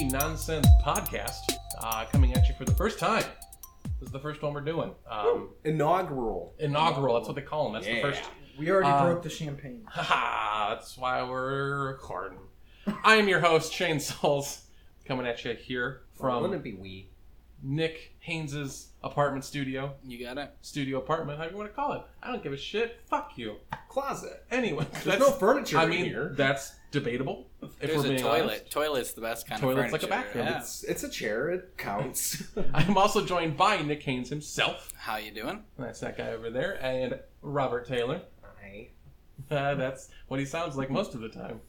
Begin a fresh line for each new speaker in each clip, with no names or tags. Nonsense podcast uh, coming at you for the first time. This is the first one we're doing. Um,
Inaugural.
inaugural, that's what they call them. That's the
Yeah.
first.
We already
Uh,
broke the champagne.
Haha, that's why we're recording. I am your host, Shane Souls, coming at you here
Well,
from
wouldn't it be we?
Nick Haynes's apartment studio.
You got it.
Studio apartment, however you want to call it. I don't give a shit. Fuck you.
Closet.
Anyway,
There's no furniture
I
in
mean,
here.
that's debatable. If
There's
we're
a
being
toilet.
honest.
Toilet's the best kind
Toilet's
of
like a
furniture.
bathroom.
Yeah.
It's it's a chair. It counts.
I'm also joined by Nick Haynes himself.
How you doing?
That's that guy over there, and Robert Taylor.
Hi.
Uh, that's what he sounds like most of the time.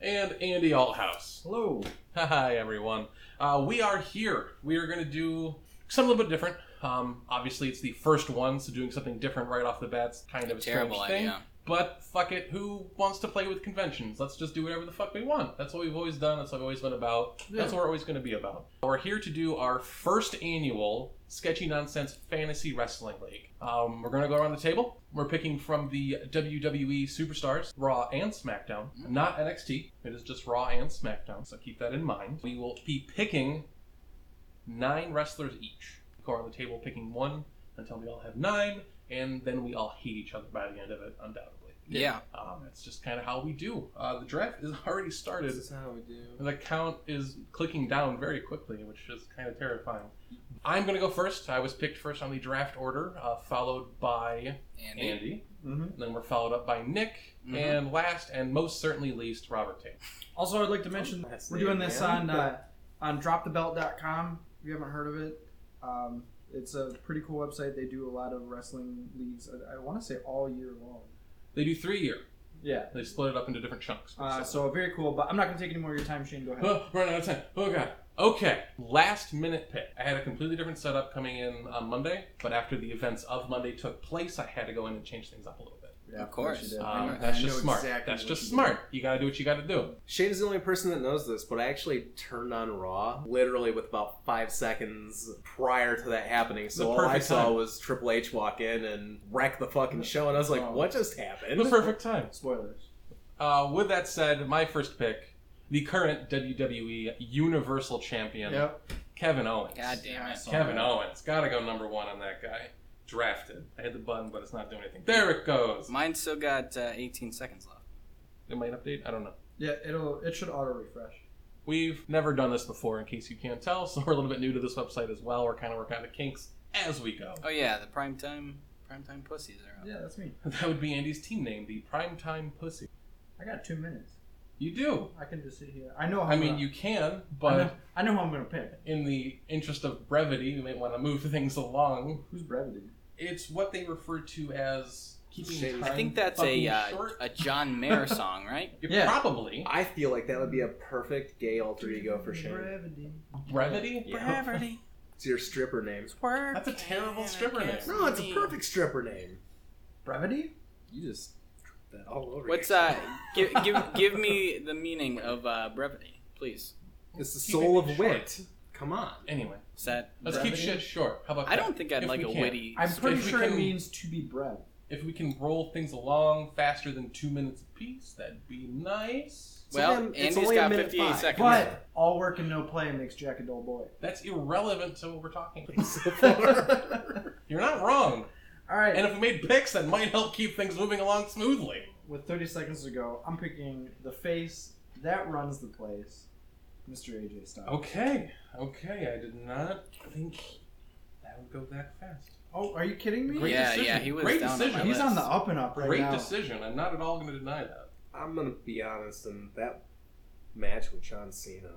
And Andy Althouse.
Hello.
Hi, everyone. Uh, we are here. We are going to do something a little bit different. Um, obviously, it's the first one, so doing something different right off the bat's kind of a
Terrible
strange thing.
idea.
But fuck it, who wants to play with conventions? Let's just do whatever the fuck we want. That's what we've always done. That's what I've always been about. That's what we're always going to be about. We're here to do our first annual Sketchy Nonsense Fantasy Wrestling League. Um, we're going to go around the table. We're picking from the WWE superstars, Raw and SmackDown, not NXT. It is just Raw and SmackDown, so keep that in mind. We will be picking nine wrestlers each. Go around the table picking one until we all have nine, and then we all hate each other by the end of it, undoubtedly.
Yeah.
Um, it's just kind of how we do. Uh, the draft is already started.
This is how we do.
The count is clicking down very quickly, which is kind of terrifying. I'm going to go first. I was picked first on the draft order, uh, followed by
And
Andy.
Mhm.
And then we're followed up by Nick.
Mm-hmm.
Mhm.
And last and most certainly least, Robert Taylor.
Also, I'd like to mention
That's
we're
the
doing this on
end.
uh, on dropthebelt.com. If you haven't heard of it, um, it's a pretty cool website. They do a lot of wrestling leagues. I, I want to say all year long.
They do three year.
Yeah.
They split it up into different chunks.
Uh, so very cool. But I'm not going to take any more of your time, Shane. Go ahead.
Oh, running out of time. Oh god. Okay. Last minute pick. I had a completely different setup coming in on Monday, but after the events of Monday took place, I had to go in and change things up a little bit.
Yeah,
Of course.
you did.
Um,
I
that's
know
just smart.
exactly
that's
what
just
you
smart. You gotta do what you gotta do.
Shane is the only person that knows this, but I actually turned on Raw literally with about five seconds prior to that happening.
The
So all I
perfect
saw
time.
was Triple H walk in and wreck the fucking show, and I was like,
Oh.
"What just happened?"
The perfect time.
did. Spoilers.
Uh, with that said, my first pick, the current WWE Universal Champion,
Yep.
Kevin Owens.
God damn it.
Kevin Owens. Gotta go number one on that guy. Drafted. I hit the button, but it's not doing anything. There it goes.
Mine still got uh, 18 seconds left.
It might update. I don't know.
Yeah, it'll it should auto refresh.
We've never done this before, in case you can't tell, so we're a little bit new to this website as well. We're kind of working out the kinks as we go.
Oh yeah, the prime time prime time pussies are up.
Yeah, that's me.
That would be Andy's team name, the Primetime Pussy.
I got two minutes.
You do.
I can just sit here. I know. How
I
Oh, I'm
mean,
gonna-
you can,
I
but
know, I know who I'm going to pick.
in the interest of brevity, we might want to move things along.
Who's brevity?
It's what they refer to as keeping
Shit.
time.
I
I think that's a
fucking
uh,
short.
a John Mayer song, right?
Yeah.
Probably
I feel like that would be a perfect gay alter ego for Shane.
Brevity.
brevity.
Yeah.
Brevity,
It's your stripper name.
work.
That's a terrible stripper name.
No, it's a perfect stripper name.
Brevity?
You just dropped that all over.
What's
yourself.
uh? give, give give me the meaning of uh, brevity, please.
It's the
Keeping
soul
it
of
short.
wit. Come on.
Anyway,
Is that?
let's
Brevity?
keep shit short. How about
I
that?
don't think I'd
If
like
we
a
can.
witty.
I'm pretty
If we
sure it
can-
means to be bred.
If we can roll things along faster than two minutes apiece, that'd be nice.
So
Well,
then, it's
Andy's
only a
got
minute
58
five.
seconds.
But all work and no play makes Jack a dull boy.
That's irrelevant to what we're talking about.
So far.
You're not wrong.
All right.
And if we made picks, that might help keep things moving along smoothly.
With 30 seconds to go, I'm picking the face that runs the place, Mr. AJ Styles.
Okay, okay. I did not think that would go that fast.
Oh, are you kidding me?
Great
Yeah,
decision.
yeah, he was
Great
down on my
decision.
list.
He's on the up and up right
Great
now.
decision. I'm not at all going to deny that.
I'm gonna be honest, and that match with John Cena.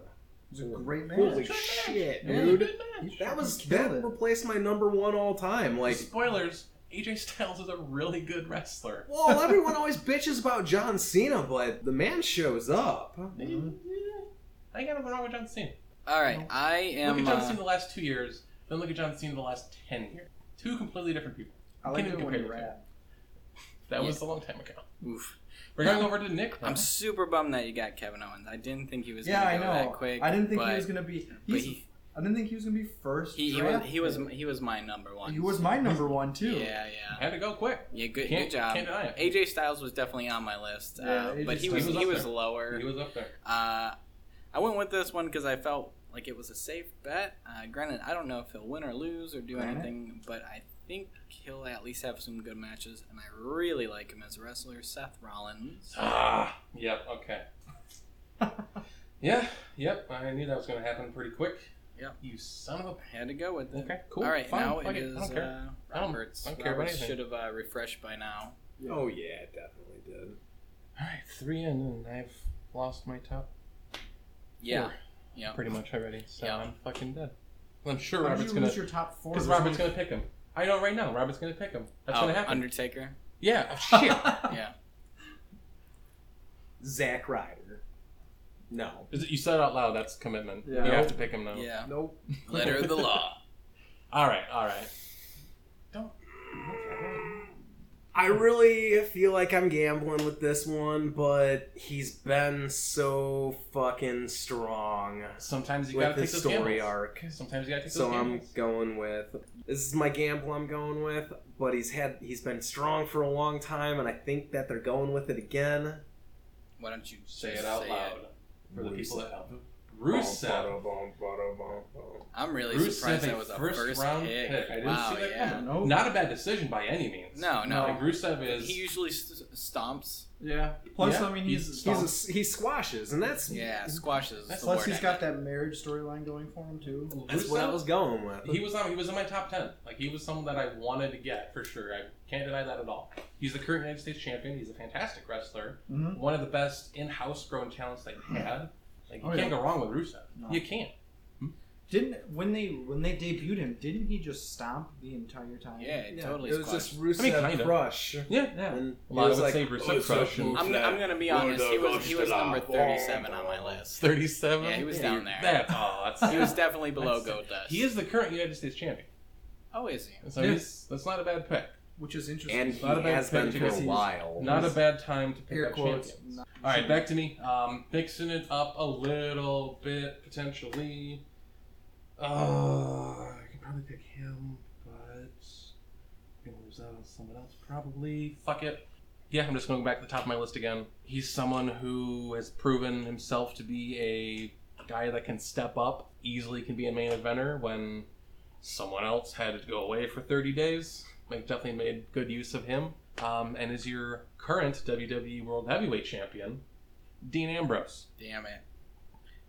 He's a great man.
Holy
Good
shit,
match.
dude!
Yeah.
That was
He
that
killed it.
replaced my number one all time.
Like
Like,
spoilers, AJ Styles is a really good wrestler.
well, everyone always bitches about John Cena, but the man shows up.
Mm-hmm.
Mhm.
I got nothing wrong with John Cena.
All right, I
Look
am.
at John
uh,
Cena the last two years, then look at John Cena the last ten years. Two completely different people.
I like
Can
it
you
when
compare
you
the
rap.
That
Yeah.
was a long time ago.
oof.
We're going over to Nick. now.
I'm super bummed that you got Kevin Owens. I didn't think he was
Yeah,
gonna
I
go that
know.
quick.
I didn't think
but,
he was going to be.
but
He's,
he,
I didn't think he was going to be first.
he, he was
draft
he was
pick.
he was my number one.
He was my number one, too.
Yeah, yeah,
Had to go quick.
yeah. Good,
Can't-
good job.
can't deny it.
AJ Styles was definitely on my list,
Yeah,
uh,
AJ
but he
Styles
was
was
he
up
was
there.
lower.
He was up there.
Uh, I went with this one because I felt like it was a safe bet. Uh, granted, I don't know if he'll win or lose or do
Granted.
anything, but I think he'll at least have some good matches, and I really like him as a wrestler, Seth Rollins.
Ah, yep. Okay. yeah. Yep. I knew that was going to happen pretty quick.
Yep.
You son of a.
Had to go with it.
Okay. Cool.
All right,
fine,
now
fuck
it is
I don't care.
uh,
I don't-
Roberts.
I don't care about
Roberts
anything.
should have uh, refreshed by now.
Oh yeah, it definitely did.
All right, three in, and I've lost my top
Yeah.
Four.
Yeah.
pretty much already. So
Yeah.
I'm fucking dead. I'm sure
How did you
Robert's gonna
lose your top four?
because Robert's gonna pick him. I know right now. Robert's gonna pick him. That's
Oh,
gonna happen.
Undertaker.
yeah. oh, Shit.
Yeah.
Zack Ryder. No.
Is it- you said it out loud. That's commitment.
Yeah.
You have to pick him now.
Yeah.
Nope.
Letter of the law.
All right. All right.
I really feel like I'm gambling with this one, but he's been so fucking strong
Sometimes you
with
gotta take
his
those
story
gambles.
arc.
Sometimes you gotta take
So
those
I'm
gambles.
going with this is my gamble I'm going with, but he's had he's been strong for a long time and I think that they're going with it again.
Why don't you
Say
just
it out
say
loud
it?
for the people that help. Rusev.
Rusev.
I'm really
Rusev,
surprised
a
that was a
first
first,
round
pick.
pick. I didn't
wow.
see that
yeah.
coming.
Nope.
Not a bad decision by any means.
No. No.
Like Rusev is.
He usually s- stomps.
Yeah. Plus,
Yeah,
I mean,
he's
he's
strong.
He's a, he squashes and that's
Yeah, squashes. is the
plus
word
he's
I
got
meant.
that marriage storyline going for him too.
that's what I
Rusev-
was going with.
He was on. He was in my top ten. Like he was someone that I wanted to get for sure. I can't deny that at all. He's the current United States champion. He's a fantastic wrestler.
Mm-hmm.
One of the best in-house grown talents they had. Like you
Oh,
can't
yeah.
go wrong with Rusev.
No.
You can't.
Didn't when they when they debuted him? Didn't he just stomp the entire time?
Yeah, it
Yeah,
totally
it was
squashes.
just Rusev
I mean, kinda.
crush.
Yeah.
Yeah.
And
A lot
it
of
was
would
like, "Oh,
say Rusev crush and
I'm, I'm gonna be honest. He was he was number 37 on my list.
thirty-seven.
Yeah, he was down there.
That's all. oh, That's,
He was definitely below
That's-
Goat Dust.
He is the current United States champion.
Oh, is he?
So
Yeah.
he's, that's not a bad pick.
which is interesting.
and
It's
he
not a bad
has been
pick
for a
because he's
while.
Not a bad time to pick
air
up
quotes.
champions.
Not-
All right, back to me. Um, fixing it up a little bit potentially. Uh, I can probably pick him, but I'm gonna lose out on someone else probably. Fuck it. Yeah, I'm just going back to the top of my list again. He's someone who has proven himself to be a guy that can step up easily, can be a main eventer when someone else had to go away for 30 days. Like definitely made good use of him um, and is your current WWE World Heavyweight Champion, Dean Ambrose.
Damn it.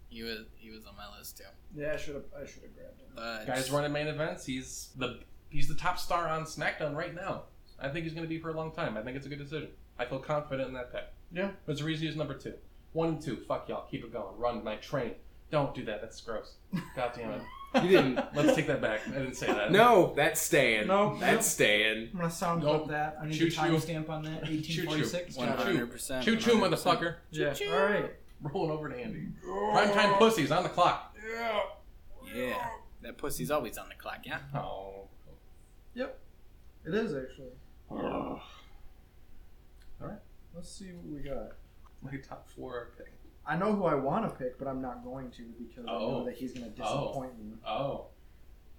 He was he was on my list too.
Yeah, I should have I should have grabbed him.
But
Guys running main events. He's the he's the top star on SmackDown right now. I think he's going to be for a long time. I think it's a good decision. I feel confident in that pick.
Yeah.
There's a reason he's number two. One and two. Fuck y'all. Keep it going. Run my train. Don't do that. That's gross. God damn it.
You didn't.
Let's take that back. I didn't say that.
No, that's staying.
No, no.
that's staying.
I'm gonna sound
Nope.
nope. that. I need
Choo-choo.
a timestamp on that. 1846.
Choo-choo.
100%.
Choo choo,
100%.
motherfucker.
Yeah. All right.
Rolling over to Andy. Prime time pussies on the clock.
Yeah. That pussy's always on the clock, yeah?
Oh.
It is actually.
Ugh.
Let's see what we got.
My top four are picked.
I know who I want to pick, but I'm not going to because I
Oh.
know that he's gonna disappoint me.
Oh.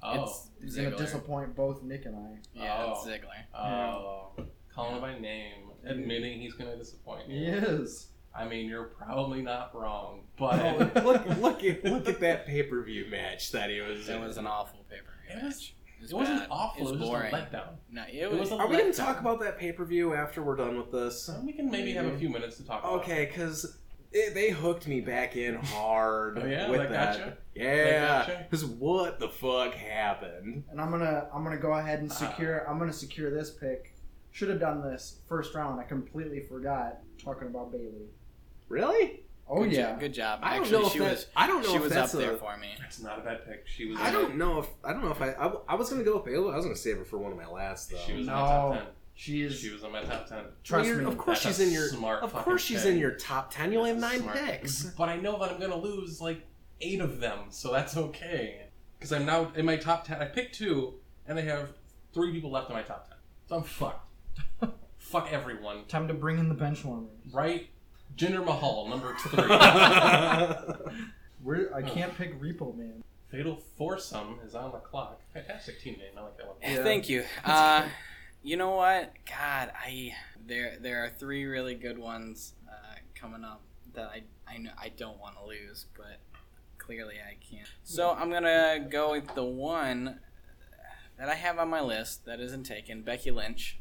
Oh.
He's
It's
gonna
Ziggler.
disappoint both Nick and I.
yeah,
Oh.
it's Ziggler.
oh. Calling by name, admitting he's going to disappoint you.
He is.
I mean, you're probably not wrong,
Oh,
but
look, look at look at that pay per view match that he was.
It
in.
was an awful paper.
It was-
It
it wasn't
bad.
awful.
It was boring.
just a letdown.
No, it
It
was.
was a
Are we gonna
letdown.
talk about that pay per view after we're done with this?
So we can maybe have a few minutes to talk. About it.
Okay, because they hooked me back in hard
Oh, yeah?
with
They
that.
gotcha?
Yeah,
gotcha?
because what the fuck happened?
And I'm gonna I'm gonna go ahead
Ah.
and secure I'm gonna secure this pick. Should have done this first round. I completely forgot talking about Bailey.
Really?
Oh
good
yeah.
job, good job.
I don't
Actually,
know if
she
that-
was.
I don't know
She
if
was up
that's
there
a-
for me.
That's not a bad pick. She was.
I
in-
don't know if I don't know if I I, I was gonna go with Baylor. I was gonna save her for one of my last though.
She was in
No.
my top ten.
She is.
She was in my top ten.
trust
You're-
me.
Of course
That's
she's
a
in your.
smart.
Of
fucking
course she's
pick.
in your top ten. You only have
That's a
nine
smart pick.
picks.
But I know that I'm gonna lose like eight of them, so that's okay. Because I'm now in my top ten. I picked two, and I have three people left in my top ten. So I'm fucked. Fuck everyone.
Time to bring in the benchwarmers.
Right? Jinder Mahal, number three.
I
We're, I can't pick Repo Man.
Fatal Foursome is on the clock. Fantastic team name. I like that one.
Yeah.
Thank you. Uh, you know what? God, I there there are three really good ones uh, coming up that I I know I don't want to lose, but clearly I can't. So I'm gonna go with the one that I have on my list that isn't taken, Becky Lynch.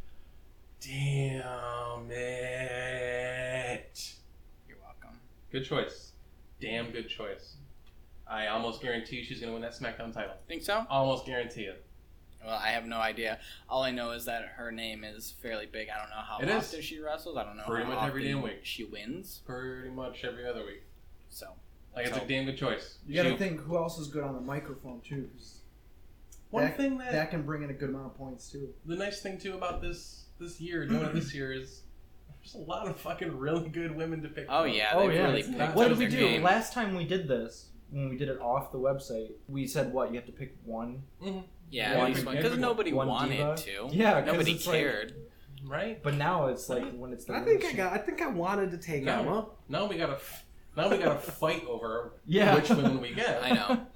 Damn it.
You're welcome.
Good choice. Damn good choice. I almost guarantee she's going to win that SmackDown title.
Think so?
Almost guarantee it.
Well, I have no idea. All I know is that her name is fairly big. I don't know how
It is.
often she wrestles. I don't know
Pretty
how
much every
often
damn week.
she wins.
Pretty much every other week.
So
Like, it's
So-
a damn good choice.
You gotta
She-
think who else is good on the microphone too. 'cause
one
that-
thing that,
that can bring in a good amount of points too.
the nice thing too about this this year, doing it this year is there's a lot of fucking really good women to pick.
oh
from.
yeah,
Oh,
they
yeah.
really
It's
picked
not-
What
up
did we
their
do
game.
last time we did this? When we did it off the website, we said what you have to pick one.
Yeah,
One-
at least one because
everyone-
nobody
one
wanted
diva?
to.
Yeah, 'cause
nobody
it's like-
cared.
right.
But now it's like when it's the
I think I
women's-
got. I think I wanted to take
No.
Emma.
Now we gotta f- now we gotta fight over
yeah.
which women we get.
I know.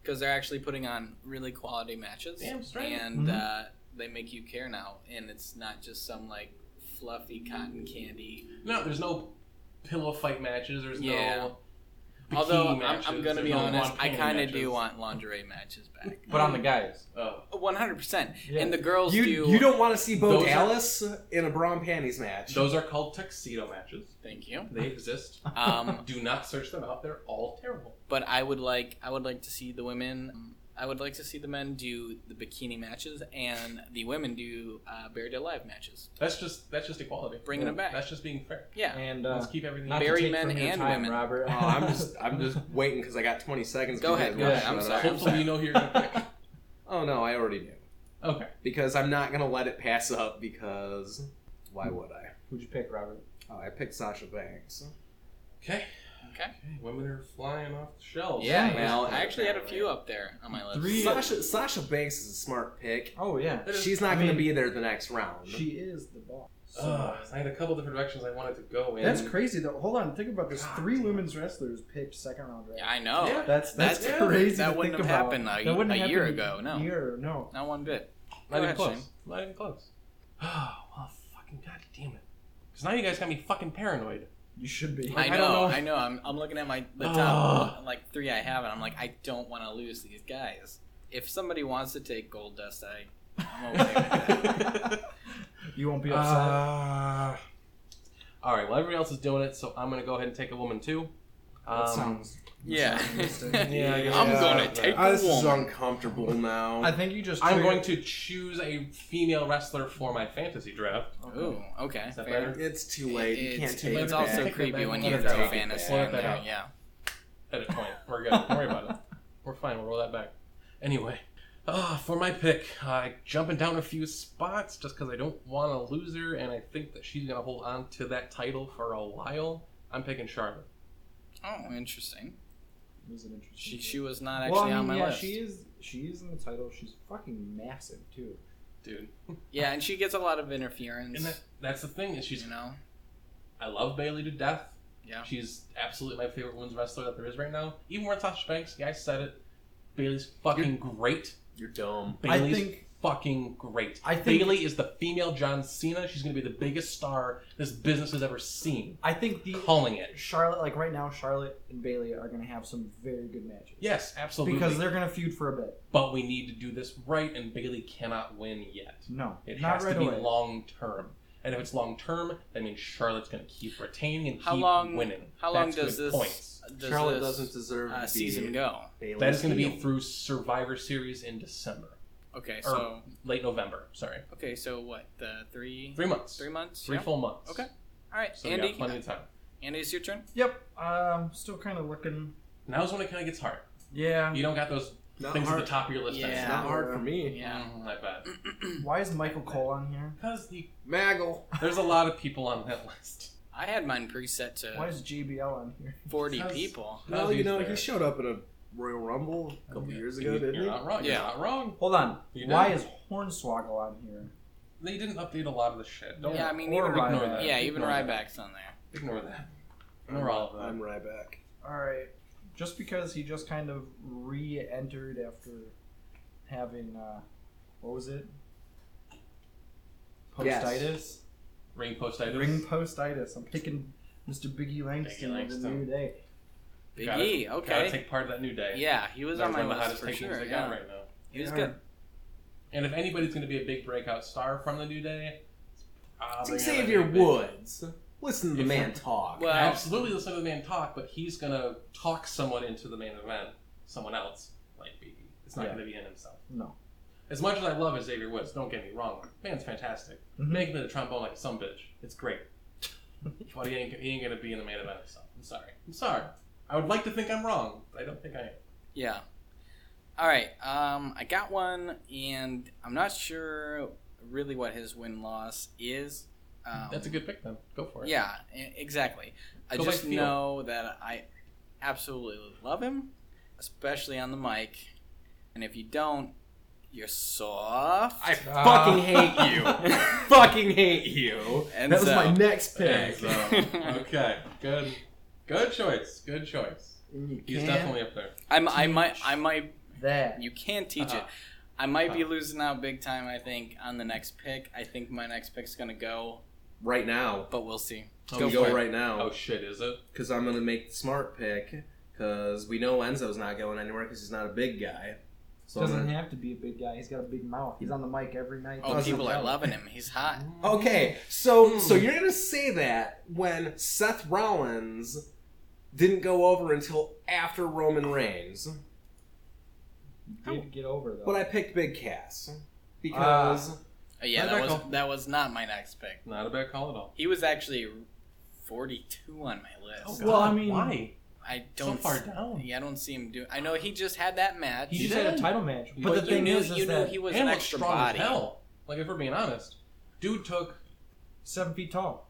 Because they're actually putting on really quality matches.
Damn straight.
And
Mhm.
uh, they make you care now. And it's not just some like fluffy cotton candy.
No, there's no pillow fight matches. There's
Yeah.
no. bikini
Although, I'm,
matches,
I'm going to
there's
be
no
honest, I
lingerie
kind of
matches.
do want Mm. lingerie matches back.
But on the guys.
Oh,
100%.
Yeah.
And the girls
You
do.
you don't want to see Bo
Those are-
Dallas in a bra and panties match.
those are called tuxedo matches.
Thank you.
They exist.
Um,
Do not search them out. They're all terrible.
but I would like I would like to see the women. I would like to see the men do the bikini matches and the women do uh, buried alive matches.
That's just that's just equality.
Bringing it back.
That's just being fair.
Yeah.
and uh,
Let's keep everything.
not to
Bury
take
men
from your
and
time,
women.
Robert.
Oh, I'm just I'm just waiting because I got 20 seconds.
Go
for you
ahead,
guys to
go ahead,
shut
I'm
up.
sorry.
Hopefully, you know who you're gonna pick.
Oh no, I already knew
Okay.
because I'm not gonna let it pass up because why would I?
Who'd you pick, Robert?
Oh, I picked Sasha Banks.
Okay.
Okay.
Women are flying off the shelves.
Yeah,
well,
I actually had a few up there on my list.
Three-
Sasha Sasha Banks is a smart pick.
Oh yeah.
That is-
She's not
I
gonna
mean,
be there the next round.
She is the boss. So-
uh,
Ugh, I had a couple different directions I wanted to go in.
that's crazy though. Hold on, think about this.
God
Three
damn.
women's wrestlers picked second round draft.
Yeah, I know.
Yeah.
That's
That's,
that's,
yeah,
crazy.
that
to
wouldn't
think
have
about.
happened a-
That wouldn't
a year
happen
ago, no.
Year, no.
Not one bit.
Not
Go
even
ahead,
close.
Shane.
Not even close. Oh, well, fucking goddamn it. Because now you guys got me fucking paranoid.
You should be.
Like,
I
I don't
know,
know.
I know. I'm, I'm looking at my the top like three I have, and I'm like, I don't want to lose these guys. If somebody wants to take gold dust, I, I'm okay with that.
You won't be upset.
Uh, all right. Well, everybody else is doing it, so I'm gonna go ahead and take a woman too.
That
Um,
sounds-
Yeah,
Yeah.
I guess
I'm
that's
gonna
not bad.
take
Ah, this
the
is
woman.
uncomfortable now.
I think you just.
I'm
triggered-
going to choose a female wrestler for my fantasy draft.
Ooh, okay.
Is that
fair.
better?
it's too late. You
It's-
can't take
it's
it
also
back.
creepy when you
Take it
throw
back.
fantasy
Pull
in
it back
there.
out.
Yeah.
Edit point. We're good. Don't worry about it. We're fine. We'll roll that back. Anyway, uh, for my pick, I jumping down a few spots just because I don't want to lose her, and I think that she's gonna hold on to that title for a while. I'm picking Charlotte.
Oh, interesting.
Was an interesting
She
choice.
she was not actually
well, I mean,
on my
yeah,
list.
she is. She is in the title. She's fucking massive too.
Dude,
Yeah, and she gets a lot of interference.
and that, that's the thing is she's.
you know.
I love Bailey to death.
Yeah.
She's absolutely my favorite women's wrestler that there is right now. Even with Sasha Banks, yeah, I said it. Bailey's fucking great.
You're dumb.
Bailey's
I think.
fucking great.
I think-
Bailey is the female John Cena. She's gonna be the biggest star this business has ever seen.
I think the
Calling it.
Charlotte, like right now, Charlotte and Bailey are gonna have some very good matches.
Yes, absolutely.
Because they're gonna feud for a bit.
but we need to do this right, and Bailey cannot win yet.
No,
It
not
has
right
to be
away.
long term. And if it's long term, that means Charlotte's gonna keep retaining and
How
keep
long-
winning.
how long
That's
does
good
this-
points.
Does
Charlotte
this,
doesn't deserve
uh,
to
season
be
go.
Bailey's
That is going to be
heel.
through Survivor Series in December,
Okay,
Or-
so
late November. Sorry,
okay, so what? The three
three months,
three months.
Three
yeah?
full months.
Okay. All right,
so we
Andy.
got plenty of time.
Andy, it's your turn.
Yep. Um. Still kind of looking.
Now's when it kind of gets hard.
Yeah.
You don't got those
Um, Not
things
hard-
at the top of your list. I
Yeah.
It's
see.
not hard for me.
Yeah.
Mm, I bet.
Why is Michael Cole on here?
Because the,
Maggle.
there's a lot of people on that list.
I had mine preset
Why
to
is JBL on here?
forty
Because-
people.
Well, you
He's
know,
there.
he showed up at a Royal Rumble a couple years ago,
You-
didn't
You're
he?
not wrong. You're
Yeah.
not wrong.
Hold on.
You
Why
did.
is Hornswoggle on here?
They didn't update a lot of the shit. Don't
Yeah, I mean, even,
Or
ignore
Ryback.
that.
yeah, even
Ignore that.
Ryback's on there.
Ignore that. Ignore all of that.
I'm right back.
All right. Just because he just kind of re-entered after having uh, what was it? Postitis.
Yes.
Ring postitis.
Ring postitis. I'm picking Mr. Biggie Langston, of the
Langston.
New Day.
Big
Gotta-
E,
Gotta
okay.
take part of that new day.
Yeah, he was
They're
on my
one of the
list
hottest
for
takings
sure.
they got
Yeah.
right now.
He was
Yeah.
good.
And if anybody's going to be a big breakout star from the new day, it's probably gonna be
Xavier
Big E.
Woods. Listen to the
If-
man talk.
Well-
absolutely listen to the man talk, but he's gonna talk someone into the main event, someone else, like Biggie. It's not
Yeah.
gonna be in himself.
No.
As much as I love Xavier Woods, don't get me wrong, man's fantastic.
Mhm.
Make him the trombone like some bitch. It's great. but he ain't, he ain't gonna be in the main event himself. I'm sorry. I'm sorry. I would like to think I'm wrong, but I don't think I am.
Yeah. All right. Um, I got one, and I'm not sure really what his win loss is. Um,
Oh. That's a good pick then. Go for it.
Yeah, e- exactly. I
Go by
just
feel.
know that I absolutely love him, especially on the mic. And if you don't, you're soft.
I
Ah.
fucking hate you. fucking hate you.
and
That was
so,
my next
Okay,
pick.
so, okay. Good. Good choice. Good choice.
And you
He's
can't
definitely up there.
I'm, I might. I might.
that.
You can't teach it.
Uh-huh.
I might be
Uh-huh.
losing out big time. I think on the next pick. I think my next pick's gonna go,
Right now.
but we'll see.
Oh,
we
go
go
for it.
right now.
Oh shit, is it?
Because I'm going to make the smart pick. Because we know Enzo's not going anywhere because he's not a big guy. So I'm
Doesn't
gonna-
have to be a big guy. He's got a big mouth. He's on the mic every night.
Oh,
Doesn't
people are
count.
loving him. He's hot.
Oh.
Okay, so
Hmm.
so you're gonna say that when Seth Rollins didn't go over until after Roman Reigns,
He did get over though.
but I picked Big Cass because
Uh, yeah,
How'd
that
that
was
go?
that was not my next pick.
Not a bad call at all.
Oh,
He was actually 42 on my
Oh,
list.
Well, I mean-
why?
I don't
so far
s-
down.
Yeah, I don't see him do. I know he just had that match.
he
You
just had a
did.
title match.
You
But the
did.
thing
you
is,
knew,
is
you knew
that
he was
and
an
looks
extra
strong
body.
as hell. Like if we're being honest, dude took
seven feet tall.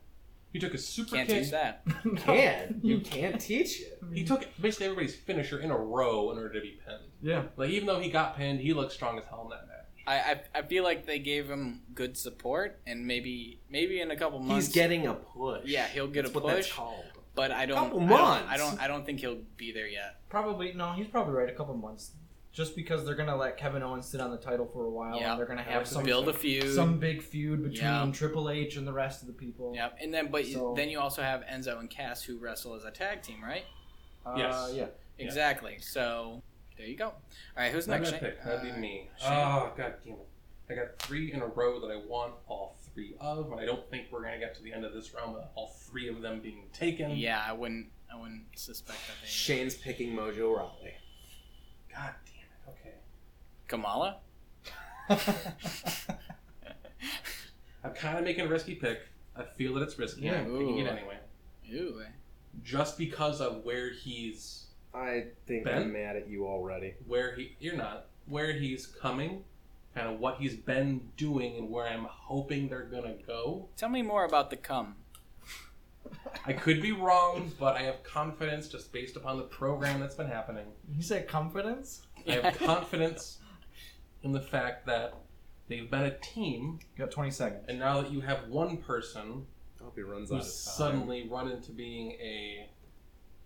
he took a super
Can't
kick.
teach that.
No.
you can you can't teach it.
He took basically everybody's finisher in a row in order to be pinned.
Yeah.
Like even though he got pinned, he looked strong as hell in that match.
I, I I feel like they gave him good support, and maybe maybe in a couple months.
He's getting a push.
Yeah, he'll get
That's
a
what that's
push.
called.
But I don't.
Couple
I don't-
months.
I don't, I don't. think he'll be there yet.
Probably no. He's probably right. A couple months, just because they're gonna let Kevin Owens sit on the title for a while,
Yeah.
and they're gonna
I
have
like
some
Build a feud.
some big feud between
Yeah.
Triple H and the rest of the people.
Yep. And then, but you-
So-
then you also have Enzo and Cass who wrestle as a tag team, right?
Uh,
Yes.
Yeah.
Yeah.
Exactly. So there you go. All right. Who's
Not a
next?
bad
Shane?
pick. That'd
Uh,
be me.
Shane.
Oh god damn it! I got three in a row that I want all three of, and I don't think we're gonna get to the end of this round with all three of them being taken.
Yeah, I wouldn't. I wouldn't suspect that they.
Shane's picking Mojo Rawley.
God damn it. Okay.
Kamala.
I'm kind of making a risky pick. I feel that it's risky. Yeah.
Yeah.
I'm picking it
Ooh.
anyway,
Ooh.
just because of where he's
I think
Ben?
I'm mad at you already.
where he you're not where he's coming kind of what he's been doing and where i'm hoping they're gonna go
Tell me more about the cum.
i could be wrong but i have confidence just based upon the program that's been happening
You said confidence.
i have confidence in the fact that they've been a team
You got twenty seconds.
and now that you have one person
I hope he runs out
who
of time.
suddenly run into being a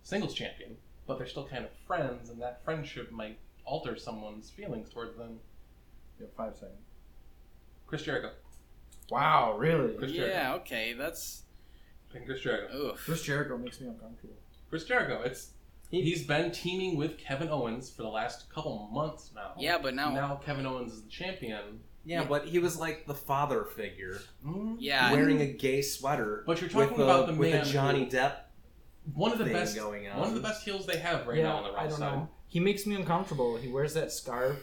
singles champion, but they're still kind of friends, and that friendship might alter someone's feelings towards them.
You got five seconds.
Chris Jericho.
Wow. Really.
Chris Jericho.
Yeah. Okay. That's.
Picking Chris Jericho.
Oof.
Chris Jericho makes me uncomfortable.
Chris Jericho. It's
He-
he's been teaming with Kevin Owens for the last couple months now.
Yeah, but now.
Now Kevin Owens is the champion.
yeah, but he was like the father figure,
yeah.
wearing a gay sweater.
But you're talking
Mm-hmm. with a-
about the
with
man
a
who-
Johnny Depp
One of the
thing
best.
going on.
One of the best heels they have right
yeah,
now on the
I
Raw
don't
side.
know. He makes me uncomfortable. He wears that scarf,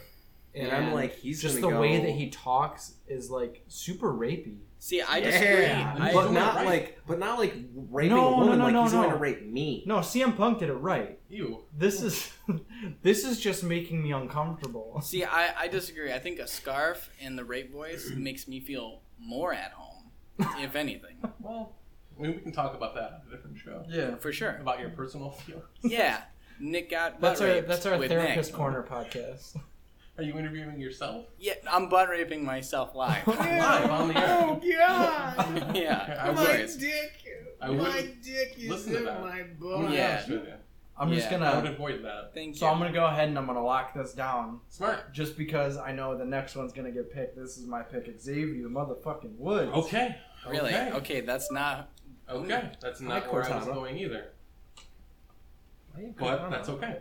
And, I'm like, he's
just the
gonna go-
way that he talks is like super rapey.
See, I
Yeah.
disagree.
he's
I,
but
doing
not
it right.
like, but not like raping
No,
a
no,
woman.
no,
like
no,
he's going
no.
to rape me.
No, CM Punk did it right.
Ew.
This is this is just making me uncomfortable.
see, I, I disagree. I think a scarf and the rape voice makes me feel more at home, if anything.
Well, I mean, we can talk about that on a different show
Yeah,
For sure.
about your personal feelings.
Yeah. Nick got butt
that's our
raped
that's our
with
therapist
Nick.
corner podcast.
Are you interviewing yourself?
Yeah, I'm butt raping myself live.
Live on the air. Oh,
God!
yeah.
I
of
would-
course.
dick,
I wouldn't
dick
listen to that. I'm
butt.
gonna be
Yeah.
honest with you.
I'm just
Yeah.
I would
gonna
avoid that.
Thank you.
so I'm gonna go ahead and I'm gonna lock this down
Smart.
just because I know the next one's gonna get picked. This is my pick, Xavier motherfucking Woods.
Okay.
Really? Okay. that's not
Okay, that's
like
not where I was
Cortana.
going either.
I ain't
But
Cortana.
that's okay.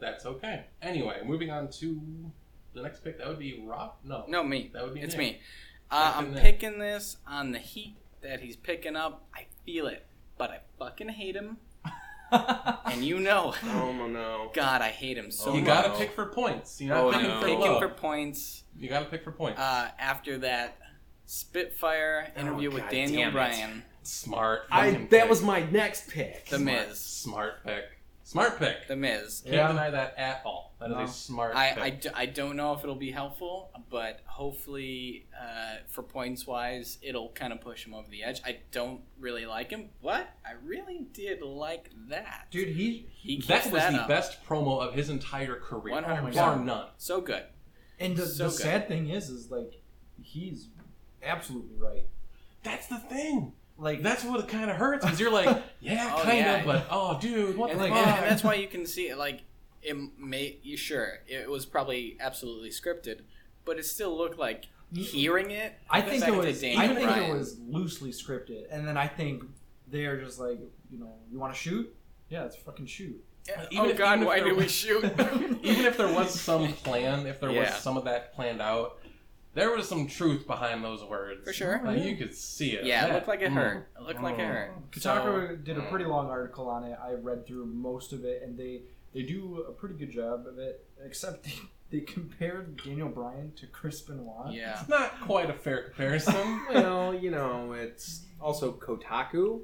That's okay. Anyway, moving on to the next pick. That would be Rob. No,
No, me.
that would be
It's
Nick.
me. Uh,
That's
I'm
in there.
picking this on the heat that he's picking up. I feel it, but I fucking hate him, and you know, it.
Oh my no.
God, I hate him so
Oh,
you
much.
gotta
no.
pick for points. You're not
Oh,
picking
I'm
for
picking
love.
for points.
You gotta pick for points.
Uh, after that Spitfire
Oh,
interview with
God
Daniel
damn it.
Bryan,
Smart.
I
fucking
that
pick.
was my next pick.
The
smart,
Miz.
Smart pick. Smart pick.
The Miz.
Can't
Yeah.
deny that at all. That is
No.
a smart
I,
pick.
I, d- I don't know if it'll be helpful, but hopefully, uh, for points wise, it'll kind of push him over the edge. I don't really like him, but I really did like that.
Dude, he
he keeps
that was the
up.
best promo of his entire career.
100%.
Bar none.
So good.
and the,
So
the
good.
sad thing is, is like he's absolutely right.
That's the thing.
Like
That's what it kind of hurts because you're like, yeah,
Oh,
kind of,
yeah.
but oh, dude, what
and,
the
like,
like-
fuck?
and that's why you can see it like it may you sure it was probably absolutely scripted but it still looked like hearing it
I think it
back to
was.
Daniel
I think
Bryan.
it was loosely scripted, and then I think they're just like, you know, you want to shoot? Yeah, let's fucking shoot.
Yeah,
Even
oh
if-
god
even if
why
there
did we
was-
shoot
even if there was some plan, if there was
Yeah.
some of that planned out, there was some truth behind those words.
For sure.
Like, you could see it.
Mm-hmm. yeah it
That-
looked like it
mm.
hurt it looked like it hurt
Kotaku
So-
did a pretty long article on it. I read through most of it, and they they do a pretty good job of it. Except they, they compared Daniel Bryan to Chris Benoit.
yeah
It's not quite a fair comparison.
well, you know, it's also Kotaku.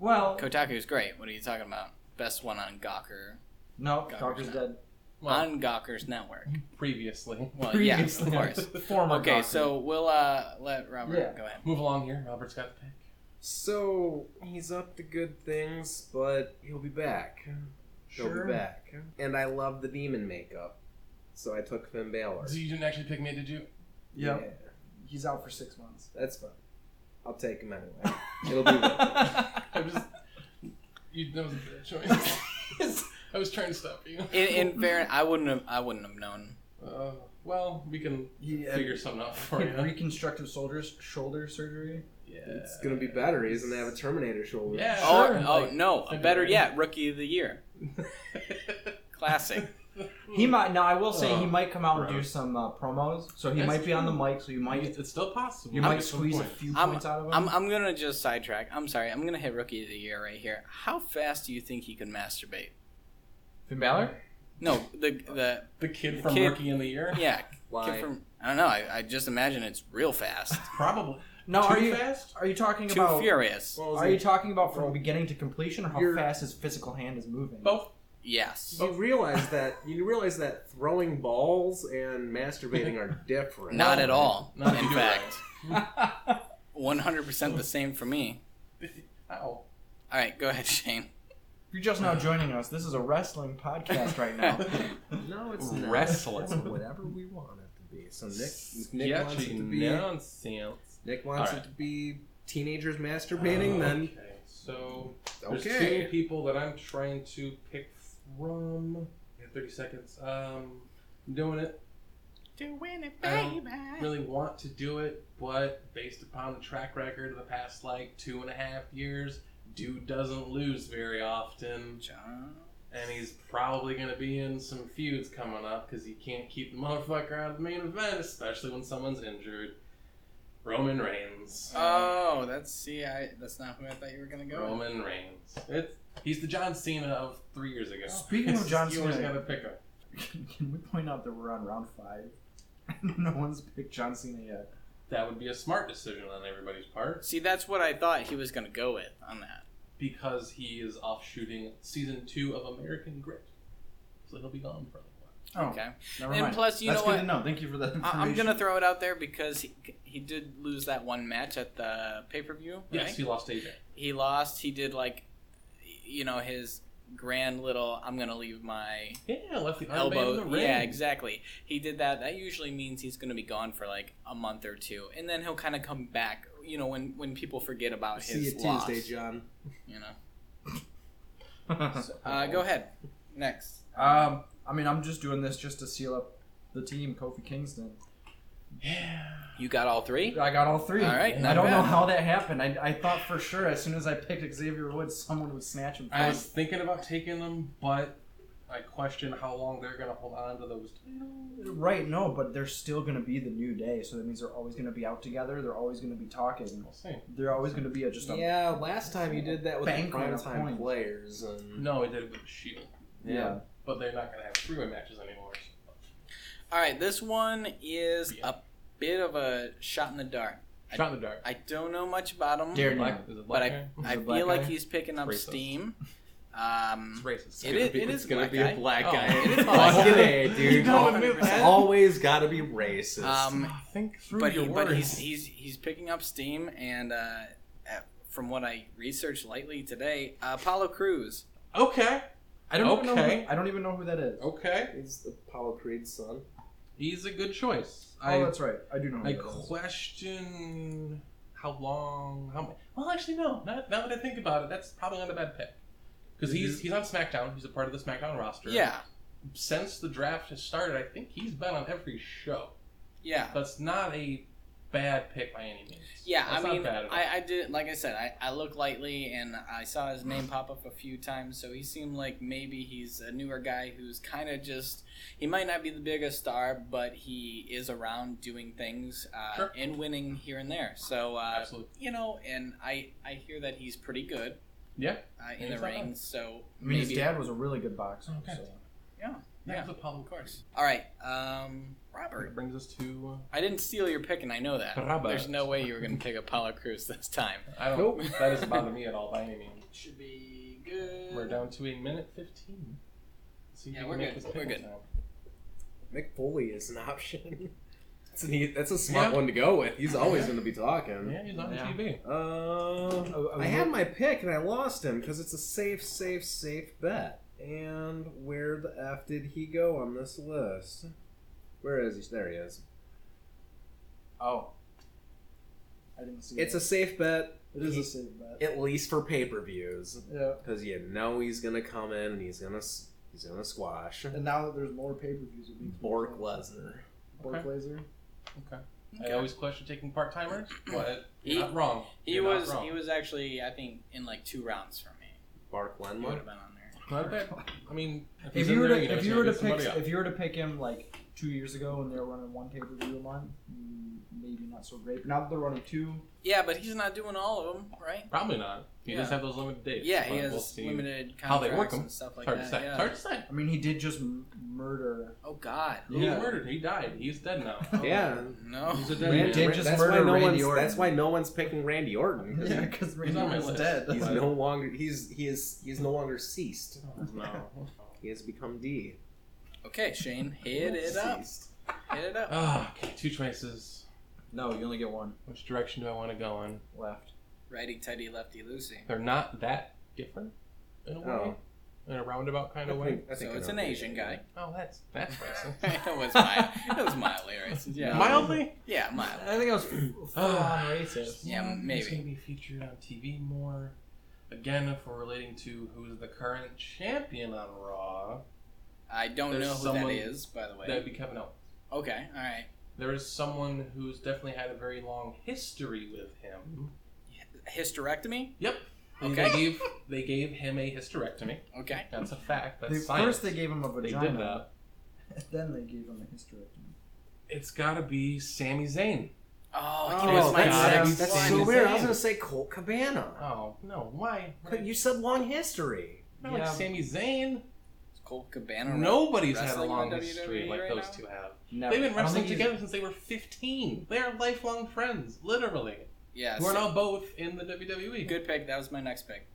Well,
kotaku's great what are you talking about best one on gawker
no,
Gawker's
Gawker's
not.
dead.
well,
on gawker's network
previously. Oh
well yeah of
Previously.
course
Former.
okay
Gawker.
so we'll uh let robert
Yeah.
go ahead
Move along here. Robert's got the pick.
So he's up to good things, but he'll be back. He'll
Sure.
be back. And I love the demon makeup, so I took Finn Balor.
So you didn't actually pick me, did you?
Yeah.
Yeah,
He's out for six months.
that's fine. I'll take him anyway. It'll be worth it.
I was. You, that was a bad choice. I was trying to stop you.
in, in fairness i wouldn't have i wouldn't have known
Uh, well, we can
He had
figure something out for you.
reconstructive shoulders shoulder surgery.
Yeah.
It's gonna be better. He doesn't have a Terminator shoulder.
Yeah.
oh,
sure.
oh no
February.
better yet rookie of the year classic
He might. Now I will say he
Oh,
might come out and do
gross.
some uh, promos, so he
That's
might be on the
true.
mic. So you might
it's still possible.
you
At
might
some
squeeze a
point.
few
I'm-
points out of him.
I'm, I'm gonna just sidetrack. I'm sorry. I'm gonna hit rookie of the year right here. How fast do you think he could masturbate?
Finn Balor.
No, the the
The kid from
Kid-
Rookie in the Year.
yeah.
Why?
Kid from, I don't know. I, I just imagine it's real fast,
Probably.
No, are
Too
you
fast?
are you talking
too
about?
furious.
Well,
Are you talking about from beginning to completion, or how
You're-
fast his physical hand is moving?
Both.
Yes.
you realize that you realize that throwing balls and masturbating are different.
Not at all.
No,
In
you do
fact, 100 percent the same for me.
Ow.
All right, go ahead, Shane.
If you're just now joining us, this is a wrestling podcast right now.
No, it's not.
Wrestling.
It's whatever we want it to be. So Nick, Nick
Yeah,
wants it
gee,
to be.
nonsense.
Nick wants
Alright.
it to be teenagers masturbating.
Oh,
Then
Okay, so there's two
okay.
people that I'm trying to pick from. I have 30 seconds. Um, I'm doing it.
Doing it,
I don't really want to do it, but based upon the track record of the past like two and a half years, dude doesn't lose very often,
John.
and he's probably gonna be in some feuds coming up because you can't keep the motherfucker out of the main event, especially when someone's injured. Roman Reigns.
Oh, that's see, I that's not who I thought you were gonna go. with.
Roman Reigns. It's he's the John Cena of three years ago.
Speaking of John
you always
Cena.
gotta pick him.
Can we point out that we're on round five? no one's picked John Cena yet.
That would be a smart decision on everybody's part
See, that's what I thought he was gonna go with on that.
because he is off shooting season two of American Grit, so he'll be gone for a little while.
Oh,
Okay.
never
And
mind.
plus, you
That's
know
good
what?
To know. Thank you for that.
I- I'm
information.
gonna throw it out there because he, he did lose that one match at the pay per view. Right?
Yes, he lost AJ.
he lost. He did like, you know, his grand little. I'm gonna leave my
Yeah, left the armband in the
elbow.
ring.
Yeah, exactly. He did that. That usually means he's gonna be gone for like a month or two, and then he'll kind of come back. You know, when when people forget about
See you
his loss.
Tuesday, John.
You know. So, uh, go ahead. Next.
Um, I mean, I'm just doing this just to seal up the team, Kofi Kingston.
Yeah.
You got all three?
I got all three.
All right,
And
not
I don't
bad.
know how that happened. I, I thought for sure as soon as I picked Xavier Woods, someone would snatch him.
I was thinking about taking them, but I question how long they're gonna hold on to those.
Right, no, but they're still going to be the new day, so that means they're always going to be out together. They're always going to be talking.
We'll see.
They're always going to be a, just a.
Yeah, last time you did that with the
Bank on a
primetime
point.
players, and
No, I did it with the Shield,
yeah.
but they're not gonna have three-way matches anymore.
All right, this one is
Yeah.
a bit of a shot in the dark.
Shot in the dark.
I don't know much about him,
Dare
Black,
now.
is it
but
black
I,
guy?
I
a black
feel like
guy?
he's picking up
Racist.
steam.
It's
Um,
racist.
it is. It
it's
is
gonna
black
be
guy.
a black
Oh.
guy.
It is black.
Fuck it, dude.
You know,
It's always got to be racist.
um,
think through
but
your
he,
words.
but he's he's he's picking up steam, and uh, at- from what I researched lightly today, uh, Apollo Cruz.
Okay.
I don't even know.
Okay.
Who, I don't even know who that is.
Okay.
He's Apollo Creed's son.
He's a good choice.
Oh,
I
that's right. I do know. Who
I
that is.
question how long. How mu- Well, actually, no. Not, now that I think about it, that's probably not a bad pick. Because he's he's on SmackDown. He's a part of the SmackDown roster.
Yeah,
Since the draft has started, I think he's been on every show.
yeah.
That's not a bad pick by any means.
Yeah,
That's
I
not
mean,
bad at all.
I, I did like I said, I, I looked lightly and I saw his name pop up a few times, so he seemed like maybe he's a newer guy who's kind of just he might not be the biggest star, but he is around doing things uh,
Sure.
and winning here and there. So uh,
Absolutely.
you know, and I I hear that he's pretty good
Yeah.
uh, in
He's
the
not
ring.
bad.
So
I mean, his
maybe
dad was a really good boxer.
Okay.
So.
That
Yeah.
was Apollo
of course. All right, um, Robert.
That brings us to.
I didn't steal your pick, and I know that.
Robert.
There's no way you were going to pick Apollo Cruz this time.
I don't.
Nope.
That doesn't bother me at all by any means.
Should be good.
We're down to a minute fifteen. Let's See if
Yeah,
we
we're
can make
good.
this pick
We're
in
good.
time.
Mick Foley is an option. That's an e- that's a smart
Yeah.
one to go with. He's always going to be talking.
Yeah, he's on
Yeah.
TV.
Uh,
I- I
I had
would-
my pick and I lost him because it's a safe, safe, safe bet. And where the f did he go on this list? Where is he? There he is.
Oh. I didn't see.
It's a
that.
safe bet,
It is a safe bet.
at least for pay per views,
Yeah.
because you know he's gonna come in and he's gonna s- he's gonna squash
And now that there's more pay per views, it means
Bork Lesnar.
Bork
Okay.
Laser.
Okay.
Okay.
I always question taking part timers, but
He-
you're not wrong.
He
You're not
was
wrong.
he was actually I think in like two rounds for me.
Bork
He would have
Lenmar.
been on there.
Not bad. I mean, he's
If you
in
were
there,
to
know
if
he's
you
gonna
were to
beat somebody
pick
up.
if you were to pick him like two years ago when they were running one pay per view a month, mm, maybe not so great. But now that they're running two,
Yeah, but he's not doing all of them, right?
probably not. He does
Yeah.
have those limited dates.
Yeah, he
but
has
we'll see.
limited
how they
contracts
work him.
and stuff
It's
like
hard to
that.
say.
Yeah.
It's hard to say.
I mean he did just m- murder.
Oh God,
He
Yeah.
was murdered. He died. He's dead now.
Yeah.
no.
He's a dead
Randy,
man.
did just
that's,
murder
why no
Randy
one's,
Orton.
that's why no one's picking Randy Orton. 'cause
Yeah, because
on
Randy
my
was
list.
dead.
He's
Right.
no longer he's he is he's no longer ceased.
no.
He has become D.
Okay, Shane, hit it up.
Ceased.
Hit it up.
Ah, okay, two choices.
No, you only get one
Which direction do I want to go in?
left.
Righty tighty, lefty loosey.
They're not that different in a way,
Oh.
in a roundabout kind of
I
way.
think- I think
So
I
it's
know
an
who it
Asian
is.
guy.
Oh, that's that's racist.
it was mild. It was mildly racist. Yeah.
Mildly.
Yeah, mild.
I think I was
full on
racist.
Yeah, maybe.
He's gonna be featured on TV more. Again, if we're relating to who's the current champion on Raw,
I don't
There's
know who
someone
that is, by the way.
that'd be Kevin Owens.
Okay, all right.
There is someone who's definitely had a very long history with him.
Hysterectomy.
Yep. And
Okay.
They gave they gave him a hysterectomy.
Okay.
That's a fact. That's
They,
science.
first they gave him a
They
vagina,
did that.
then they gave him a hysterectomy.
It's gotta be Sami Zayn.
Oh,
Oh,
he was my
God,
sex
that's,
sixth
that's
one.
so
He's
weird. I
in.
was gonna say Colt Cabana.
Oh no, why?
But you said long history.
Not like
Yeah.
Sami Zayn.
Colt Cabana.
Nobody's had a
wrestling in
long
WWE
history like
E right
those
now?
two have.
Never.
They've been
I don't
wrestling
think he's-
together since they were 15. They are lifelong friends, literally.
Yeah.
Who are
so-
now both in the WWE.
Good pick. That was my next pick.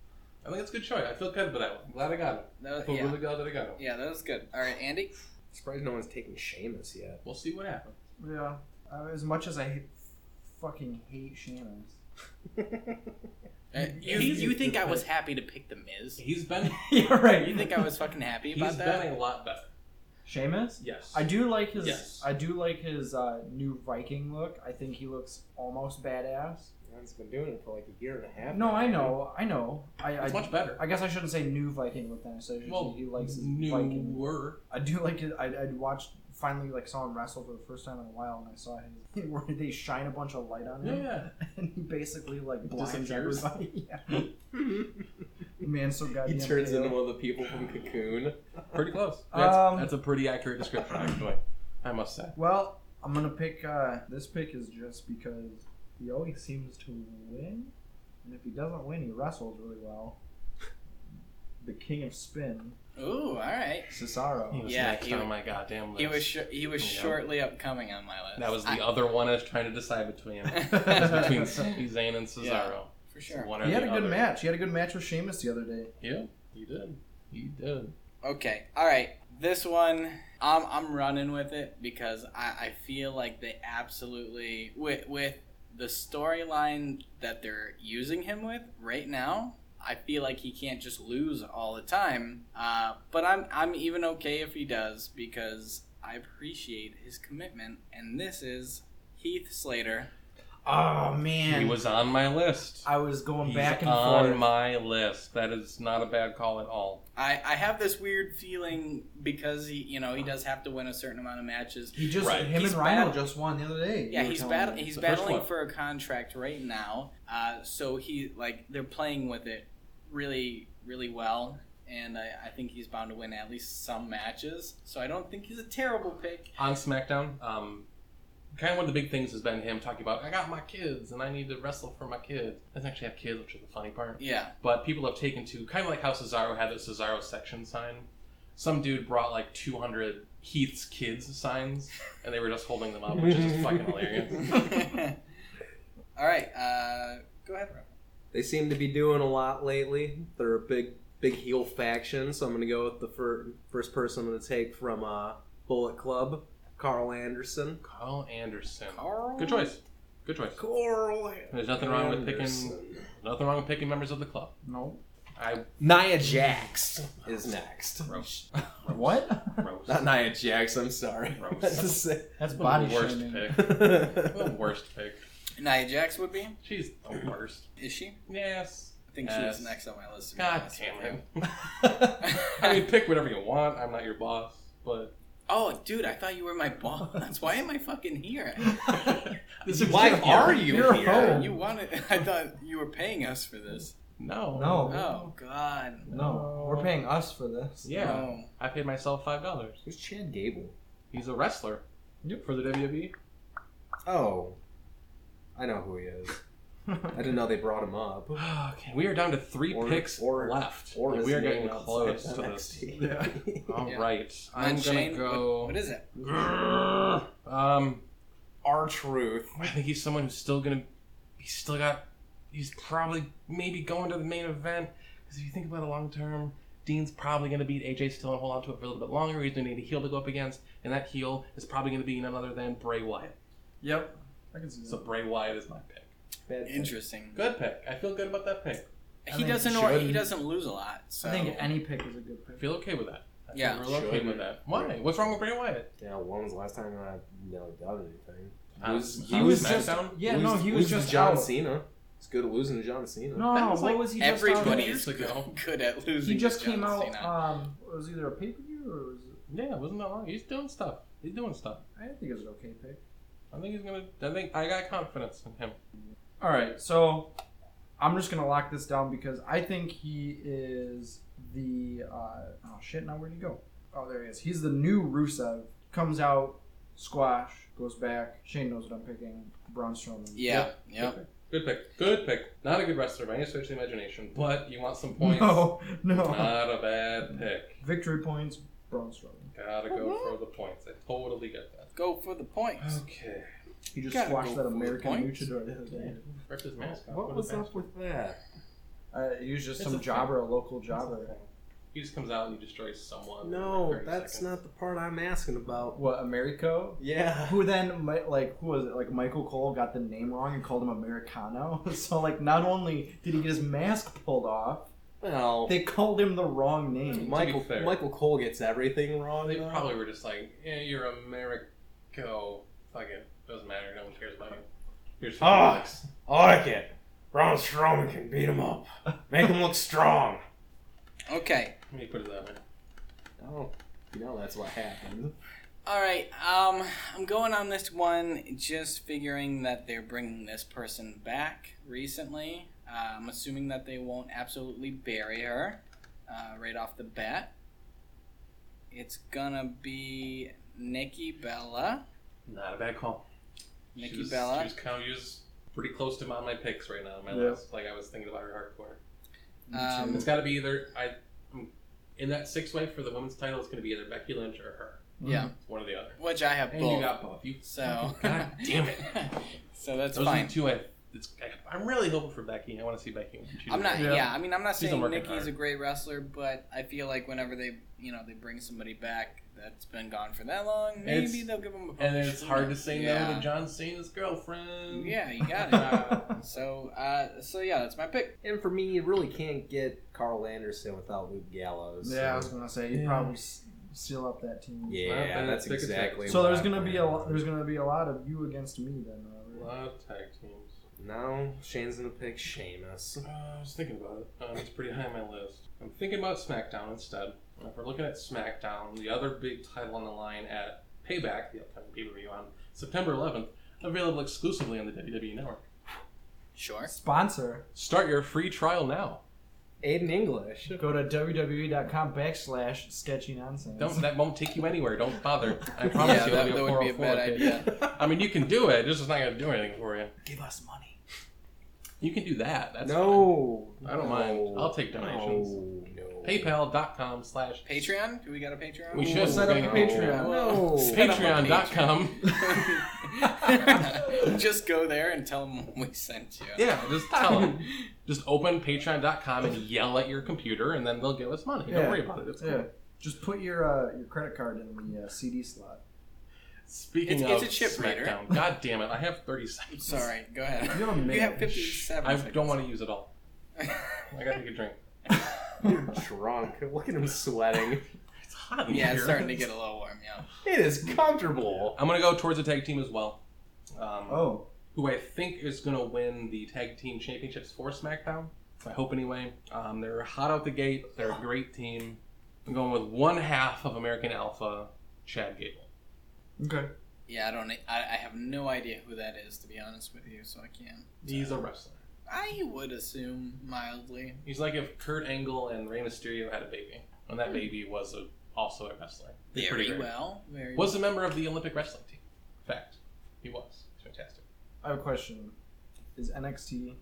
I think it's a good choice. I feel good about that one. I'm glad I got it. I feel
That was, Uh, yeah.
really glad that I got it.
yeah, that was good. All right, Andy.
Surprised no one's taking Seamus yet.
We'll see what happens.
Yeah. Uh, as much as I hate, fucking hate Shamus.
Uh, you,
He's-
you think I was happy to pick the Miz?
He's been
yeah, right.
You think I was fucking happy
he's
about that?
been a lot better.
Sheamus?
Yes.
I do like his.
Yes.
I do like his uh, new Viking look. I think he looks almost badass.
He's been doing it for like a year and a half.
No,
now,
I
dude.
know, I know. I I,
It's much better.
I guess I shouldn't say new Viking look then. I should say
Well,
he likes his Viking.
newer.
I do like it. I I watched finally like saw him wrestle for the first time in a while, and I saw him where they shine a bunch of light on him,
Yeah.
and he basically like blinds
Disappears.
everybody. Yeah. Man, so goddamn.
he turns
pale.
into one of the people from Cocoon.
Pretty close. That's,
Um,
that's a pretty accurate description, actually. I must say.
Well, I'm gonna pick. Uh, this pick is just because he always seems to win, and if he doesn't win, he wrestles really well. The King of Spin,
Ooh, all right.
He
Cesaro.
was
Yeah,
next
he-
on my goddamn list.
He was sh- he was
Yeah.
shortly upcoming on my list.
that was the
I-
other one I was trying to decide between. It was between Sami Zayn and Cesaro.
for sure.
One or
He had a
the
good
other.
match. He had a good match with Sheamus the other day.
Yeah, he did. He did.
Okay, all right. This one, I'm I'm running with it because I, I feel like they absolutely with with the storyline that they're using him with right now. I feel like he can't just lose all the time. Uh, but I'm I'm even okay if he does because I appreciate his commitment. And this is Heath Slater.
Oh
Um,
man,
He was on my list.
I was going
He's
back and
on
forth.
my list. That is not a bad call at all.
I, I have this weird feeling because he you know he does have to win a certain amount of matches
he just
Right.
him
He's
and Rhino
bad-
just won the other day.
Yeah,
you were
he's
telling
bat-
me.
he's
The first
battling
one.
for a contract right now. Uh, so he like they're playing with it really really well, and I, I think he's bound to win at least some matches. So I don't think he's a terrible pick.
On SmackDown, um, kind of one of the big things has been him talking about, I got my kids and I need to wrestle for my kids. He doesn't actually have kids, which is the funny part.
Yeah,
But people have taken to, kind of like how Cesaro had that Cesaro section sign. Some dude brought like 200 Heath's kids signs and they were just holding them up, which is just fucking hilarious.
All right, uh, go ahead. Rob.
They seem to be doing a lot lately. They're a big, big heel faction, so I'm going to go with the fir- first person I'm going to take from uh, Bullet Club, Carl Anderson.
Carl Anderson.
Carl?
Good choice. Good choice.
Carl
There's nothing wrong with picking
Anderson.
nothing wrong with picking members of the club.
no.
I
Nia Jax is next.
roast.
What?
roast.
Not Nia Jax, I'm sorry.
Gross.
That's the same.
That's
The
body
worst
shaming.
pick. The
That's
worst pick.
Nia Jax would be.
She's the worst.
Is she?
Yes.
I think she
Yes.
was next on my list. to be
God
honest
damn
with you.
it. I mean, pick whatever you want. I'm not your boss, but
oh, dude, I thought you were my boss. Why am I fucking here?
Why are you
You're
here?
Oh.
home.
You wanted? I thought you were paying us for this.
no,
No.
Oh God. Oh,
No, we're paying us for this.
Yeah,
No.
I paid myself five dollars.
Who's Chad Gable?
He's a wrestler for the E. WWE.
Oh, I know who he is. I didn't know they brought him up.
okay, we are down to three
Or-
picks
or-
left.
Or his
we are
name
getting
outside
close to this.
NXT.
Yeah.
All
Yeah.
right.
And
I'm gonna
Shane,
go.
what- what is it?
um,
Our truth.
I think he's someone who's still gonna. He's still got. He's probably maybe going to the main event because if you think about it long term, Dean's probably gonna beat AJ still and hold on to it for a little bit longer. He's gonna need a heel to go up against, and that heel is probably gonna be none other than Bray Wyatt.
Yep. I can see that.
So Bray Wyatt is my pick.
Bad
Interesting.
Good pick. I feel good about that pick.
I
He
think
doesn't.
he
Or,
should.
he doesn't lose a lot. So
I think any pick is a good
I
pick.
feel okay with that. I feel
Yeah.
real okay
Sure.
with that. Why? What's wrong with Bray Wyatt?
Yeah, when was the last time I really done anything?
Uh,
Was-
on
he was
just-
SmackDown?
Yeah, no,
Lose-
he was
lose to
just
John
out.
Cena. It's good at losing to John Cena.
No,
That
no,
was
what
like
was he just
everybody
out?
is
years ago.
good at losing.
He just
to John
came out.
Cena.
Um, it was either a pay per view or was it?
Yeah, it wasn't that long. He's doing stuff. He's doing stuff.
I think it was an okay pick.
I think he's gonna. I think I got confidence in him.
All right, so I'm just gonna lock this down because I think he is the. Uh, oh shit! Now where'd he go? Oh, there he is. He's the new Rusev. Comes out, squash, goes back. Shane knows what I'm picking. Braun Strowman.
yeah, yeah.
Good pick. Good pick. Not a good wrestler by any stretch of the imagination, but you want some points. Uh,
No, no.
Not a bad pick.
Victory points. Braun Strowman.
Gotta go for the points. I totally get that.
Go for the points.
Okay.
He just
Gotta
squashed
go
that
for the
American
points.
luchador the other day.
Ripped his mask off.
What was up with that?
Uh, he was just
It's
some
okay.
jobber, a local jobber.
He just comes out and he destroys someone.
No,
in 30
that's
seconds.
not the part I'm asking about.
What Americo?
Yeah.
Who then, mi- like, who was it? Like Michael Cole got the name wrong and called him Americano. So like, not only did he get his mask pulled off,
Well,
they called him the wrong name.
Michael
fair.
Michael Cole gets everything wrong.
They
though.
probably were just like, yeah, you're Americo. Fuck it. Doesn't matter. No one cares about you. Here's fifty
Ah.
bucks.
I like it. Braun Strowman can beat him up. Make him look strong.
Okay.
Let me put it that way.
Oh, you know that's what happened.
All right, um, I'm going on this one just figuring that they're bringing this person back recently. Uh, I'm assuming that they won't absolutely bury her uh, right off the bat. It's gonna be Nikki Bella.
Not a bad call.
Nikki
she was,
Bella.
She was, kind of, she was pretty close to my, my picks right now. My
Yeah.
last, like I was thinking about her hardcore.
Um,
It's got to be either I, I'm- in that six way for the women's title. It's going to be either Becky Lynch or her.
Yeah,
It's one or the other.
which I have
And
both.
you got both. You
so,
God damn it.
so that's
those are
fine.
the two I. It's, I- I'm really hoping for Becky. I want to see Becky. when she
I'm
does
not.
it.
Yeah.
Yeah.
I mean, I'm not
She's been
saying
working
Nikki's
hard.
a great wrestler, but I feel like whenever they, you know, they bring somebody back that's been gone for that long, maybe
It's-
they'll give them. a
And
push.
it's hard to say no
Yeah.
to John Cena's girlfriend.
Yeah, you got it.
Uh,
So, uh, so yeah, that's my pick.
And for me, you really can't get Carl Anderson without Luke Gallows.
yeah, I was
So,
gonna say you
Yeah.
probably s- seal up that team.
yeah,
Well,
that's
that's big
exactly.
So
what
there's
I
gonna
plan
be a
on.
lot, there's gonna be a lot of you against me then.
A
uh, really.
lot of tag teams.
No, Shane's gonna pick Sheamus.
Uh, I was thinking about it. Um, it's pretty high on my list. I'm thinking about SmackDown instead. And If we're looking at SmackDown, the other big title on the line at Payback, the upcoming pay per view on September 11th, available exclusively on the WWE Network.
Sure.
Sponsor.
Start your free trial now.
Aiden English.
Go to www.com backslash sketchy nonsense.
Don't that won't take you anywhere. Don't bother. I promise
yeah,
you,
that,
it'll
that would be a bad
404
idea.
I mean, you can do it. It's just not going to do anything for you.
Give us money.
You can do that. That's
no,
fine. I don't mind.
No.
I'll take donations.
No, no.
PayPal.com slash
Patreon? Do we got a Patreon?
We should.
We'll set up
We're gonna-
a Patreon.
No.
Set up a Patreon.
Patreon.com.
Just go there and tell them we sent you.
Yeah, just tell them. just open patreon.com and yell at your computer, and then they'll give us money. Don't
Yeah.
worry about it. It's cool.
Yeah. Just put your uh, your credit card in the uh, CD slot.
Speaking
It's-
of
it's a chip reader.
SmackDown, god damn it, I have 30 seconds.
Sorry, go ahead.
You have a minute.
have 57
I don't want to use it all. I gotta take a drink.
You're drunk. Look at him sweating.
It's hot in
yeah,
here.
it's starting to get a little warm, yeah.
It is comfortable.
I'm gonna go towards a tag team as well. Um,
Oh,
Who I think is gonna win the tag team championships for SmackDown. I hope anyway. Um, they're hot out the gate. They're a great team. I'm going with one half of American Alpha, Chad Gable.
okay.
Yeah, I don't. I, I have no idea who that is, to be honest with you, so I can't.
He's a wrestler.
I would assume mildly.
He's like if Kurt Angle and Rey Mysterio had a baby, and
Hmm.
that baby was a, also a wrestler. He's pretty
Very
great.
well. Very
Was a member of the Olympic wrestling team. Fact, he was. It's fantastic.
I have a question. Is NXT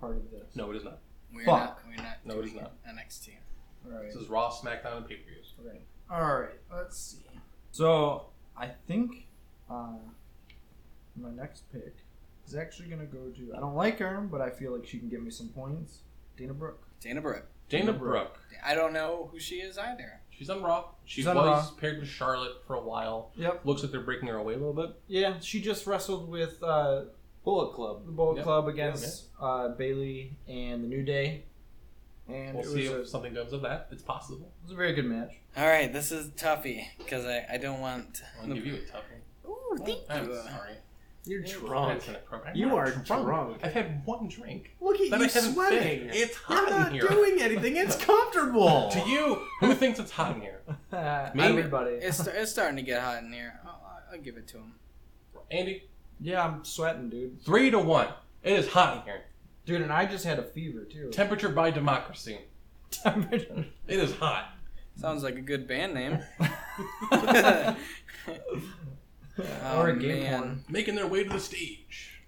part of this?
No, it is not.
well. We're
Fuck.
Not, we're not.
No, it is
doing
not.
NXT.
All right.
This is Raw, SmackDown, and pay-per-views.
Okay. All right. Let's see. So I think uh, my next pick is actually gonna go to. I don't like her, but I feel like she can give me some points. Dana Brooke.
Dana Brooke.
Dana
Dana
Brooke.
I don't know who she is either.
She's on Raw. She
She's
was
on Raw.
paired with Charlotte for a while.
Yep.
Looks like they're breaking her away a little bit.
Yeah. She just wrestled with uh,
Bullet Club.
the Bullet
Yep.
Club against uh, Bailey and the New Day, and
We'll
it,
see
was
if
a, it
something comes of that. It's possible.
was a very good match.
All right, this is toughy because I, I don't want.
I'll give you a tough one.
Ooh, thank
I'm
you.
sorry.
You're
That's
drunk.
inappropriate. I'm
You
not
are drunk.
I've had one drink.
Look at
That
you
I haven't
sweating.
finished. It's
You're
hot
not
in here.
doing anything. It's comfortable.
To you, who thinks it's hot in here? Maybe.
Everybody.
It's, sta- it's starting to get hot in here. I'll, I'll- I'll give it to him.
Andy,
yeah, I'm sweating, dude.
three to one. It is hot in here.
Dude, and I just had a fever too.
Temperature by democracy. It is hot.
Sounds like a good band name.
or
Oh,
a game
man.
horn.
Making their way to the stage.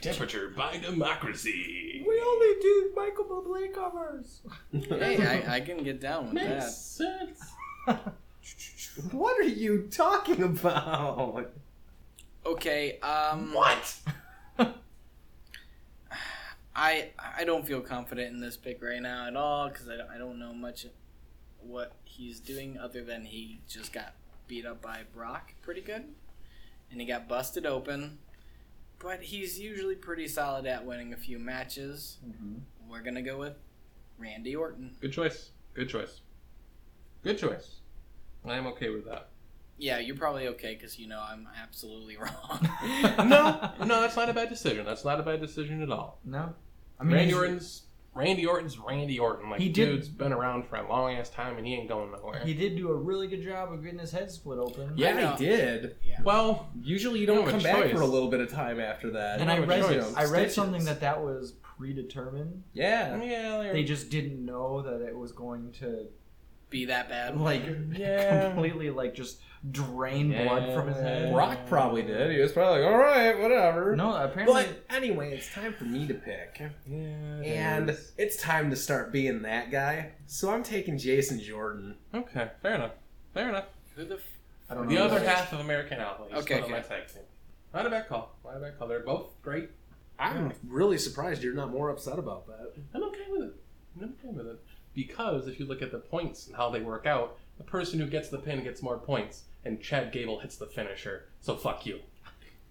Temperature by democracy.
We only do Michael Bublé covers.
hey, I, I can get down with
Makes
that.
sense.
What are you talking about?
Okay, um,
What?
I I don't feel confident in this pick right now at all because I, don't- I don't know much what he's doing other than he just got beat up by Brock pretty good, and he got busted open. But he's usually pretty solid at winning a few matches.
Mm-hmm.
We're gonna go with Randy Orton.
Good choice. Good choice. Good choice. I am okay with that.
Yeah, you're probably okay because you know I'm absolutely wrong.
no, no, that's not a bad decision. That's not a bad decision at all.
No. I
Randy
he's-
Orton's Randy Orton's Randy Orton. Like,
He did-
dude's been around for a long ass time and he ain't going nowhere.
He did do a really good job of getting his head split open.
I
Yeah,
know.
I did.
well,
Usually you don't
have a
come back
choice.
for a little bit of time after that.
And I
have a
read,
choice.
I read
Stitches.
something that that was predetermined.
Yeah.
yeah, they're-
They just didn't know that it was going to
Be that bad.
like
Yeah.
completely like just drain blood from his head.
Yeah.
Brock probably did. He was probably like, all right, whatever.
No, apparently
But anyway, it's time for me to pick.
yeah, it
And
is.
it's time to start being that guy. So I'm taking Jason Jordan.
okay, fair enough, fair enough.
Who the f-
I don't
The
know.
other half of American Alpha. He's
Okay,
one of my tag team. Not a bad call. Not a bad call. They're both great.
I'm
Hmm.
really surprised you're not more upset about that.
I'm okay with it. I'm okay with it because if you look at the points and how they work out, the person who gets the pin gets more points, and Chad Gable hits the finisher. So fuck you.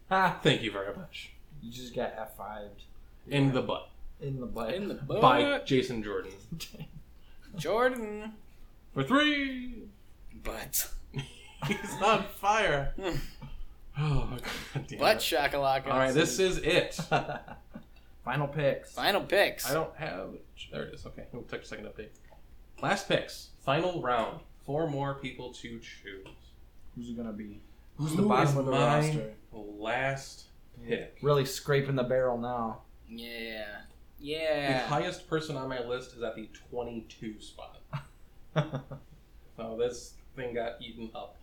Ha!
Thank you very much.
You just got F fived
In the butt
in the butt.
in the book?
by Jason Jordan
Jordan.
for three.
But.
He's on fire. oh god damn
But
it.
shakalaka.
All right, this is it.
Final picks.
Final picks.
I don't have. There it is. Okay, we'll take a second update. Last picks, final round. Four more people to choose.
Who's it gonna be? Who's
Who
the bottom
is
of the
my
roster?
Last pick.
Really scraping the barrel now.
Yeah.
The
Yeah.
highest person on my list is at the 22 spot. So this thing got eaten up hard.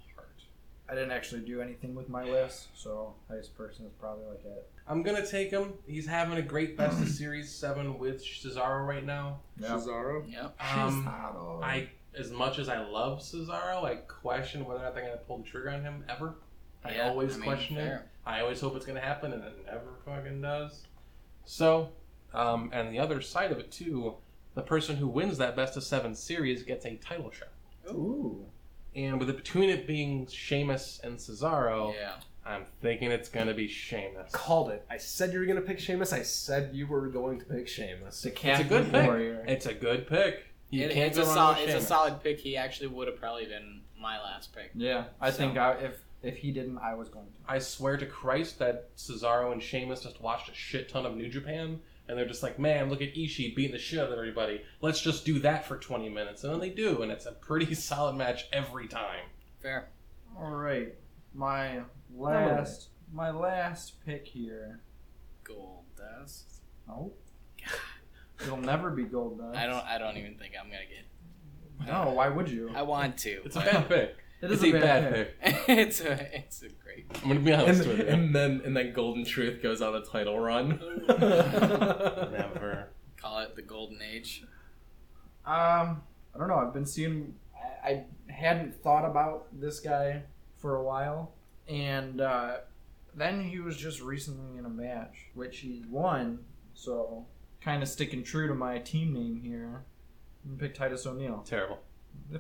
I didn't actually do anything with my list, so highest person is probably like it.
I'm gonna take him. He's having a great best of series seven with Cesaro right now.
Cesaro?
Yep.
Um,
oh.
I as much as I love Cesaro, I question whether or not they're gonna pull the trigger on him ever. I
Yeah,
always
mean,
question it.
fair.
I always hope it's going to happen, and it never fucking does. So, um, and the other side of it too, the person who wins that best of seven series gets a title shot.
Ooh.
And with it between it being Sheamus and Cesaro,
Yeah.
I'm thinking it's going to be Sheamus.
Called it. I said you were going to pick Sheamus. I said you were going to pick Sheamus.
The cat
good pick.
warrior.
It's a good pick. You
It-
can't
it's,
go
a
wrong
solid,
with
it's a
Sheamus.
solid pick. He actually would have probably been my last pick.
Yeah, I
So-
think I, if if he didn't, I was going to.
I swear to Christ that Cesaro and Sheamus just watched a shit ton of New Japan, and they're just like, man, look at Ishii beating the shit out of everybody. Let's just do that for 20 minutes. And then they do, and it's a pretty solid match every time.
Fair.
All right, my last my last pick here.
Gold dust.
Oh, it'll never be gold dust.
I don't. I don't even think I'm gonna get.
No, why would you?
I want to.
It's a
but-
bad pick.
It
it's a bad, pick.
it's a. It's a great.
I'm going to be honest
And,
with you.
and then and then Golden Truth goes on a title run.
Never.
Call it the golden age.
Um, I don't know. I've been seeing. I, I hadn't thought about this guy for a while, and uh, then he was just recently in a match which he won. So, kind of sticking true to my team name here, and pick Titus O'Neil.
Terrible.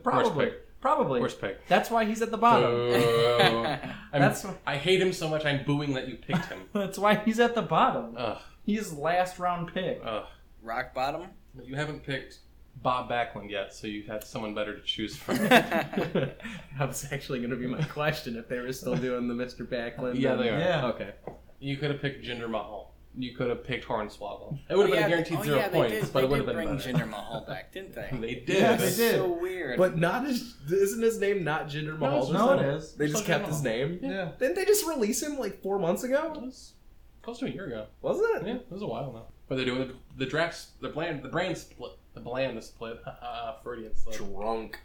Probably, probably.
Worst pick.
That's why he's at the bottom.
Boo. I'm-
That's wh-
I hate him so much, I'm booing that you picked him.
that's why he's at the bottom.
Ugh.
He's last round pick.
Ugh.
Rock bottom.
You haven't picked Bob Backlund yet, so you have someone better to choose from.
That's
that was actually going to be my question if they were still doing the Mr. Backlund.
Yeah, they are.
yeah.
Okay.
You could have picked Jinder Mahal. You could have picked Hornswoggle. It would have been a guaranteed
oh,
zero
yeah,
points,
They did,
but
they
it would have
did
been
bring
better.
Jinder Mahal back, didn't they?
They did.
Yeah,
That's
they did.
So weird.
But not his. Isn't his name not Jinder Mahal?
it's
this
no,
time?
it is.
They just
Jinder
kept his
Mahal.
name.
Yeah.
Didn't they just release him like four months
It
ago?
was close to a year ago.
Was it?
Yeah, it was a while now. But they're doing the, the drafts, the brand, the brand split, the bland split, Freudian slip.
Drunk.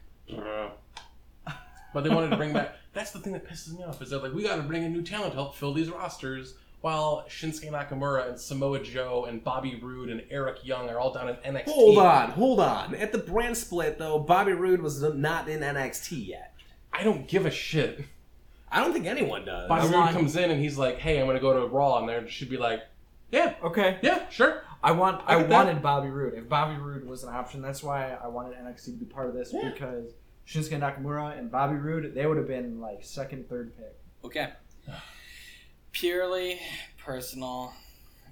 but they wanted to bring back. That's the thing that pisses me off is that like we got to bring in new talent to help fill these rosters. While Shinsuke Nakamura and Samoa Joe and Bobby Roode and Eric Young are all down in NXT.
Hold on, hold on. At the brand split though, Bobby Roode was not in NXT yet.
I don't give a shit.
I don't think anyone does.
Bobby Roode
want-
comes in and he's like, "Hey, I'm gonna go to Raw," and there should be like, "Yeah,
Uh-uh.
Okay.
yeah, sure."
I want. I
at that.
wanted Bobby Roode. If Bobby Roode was an option, that's why I wanted NXT to be part of this
Yeah.
because Shinsuke Nakamura and Bobby Roode they would have been like second, third pick.
Okay. Purely personal,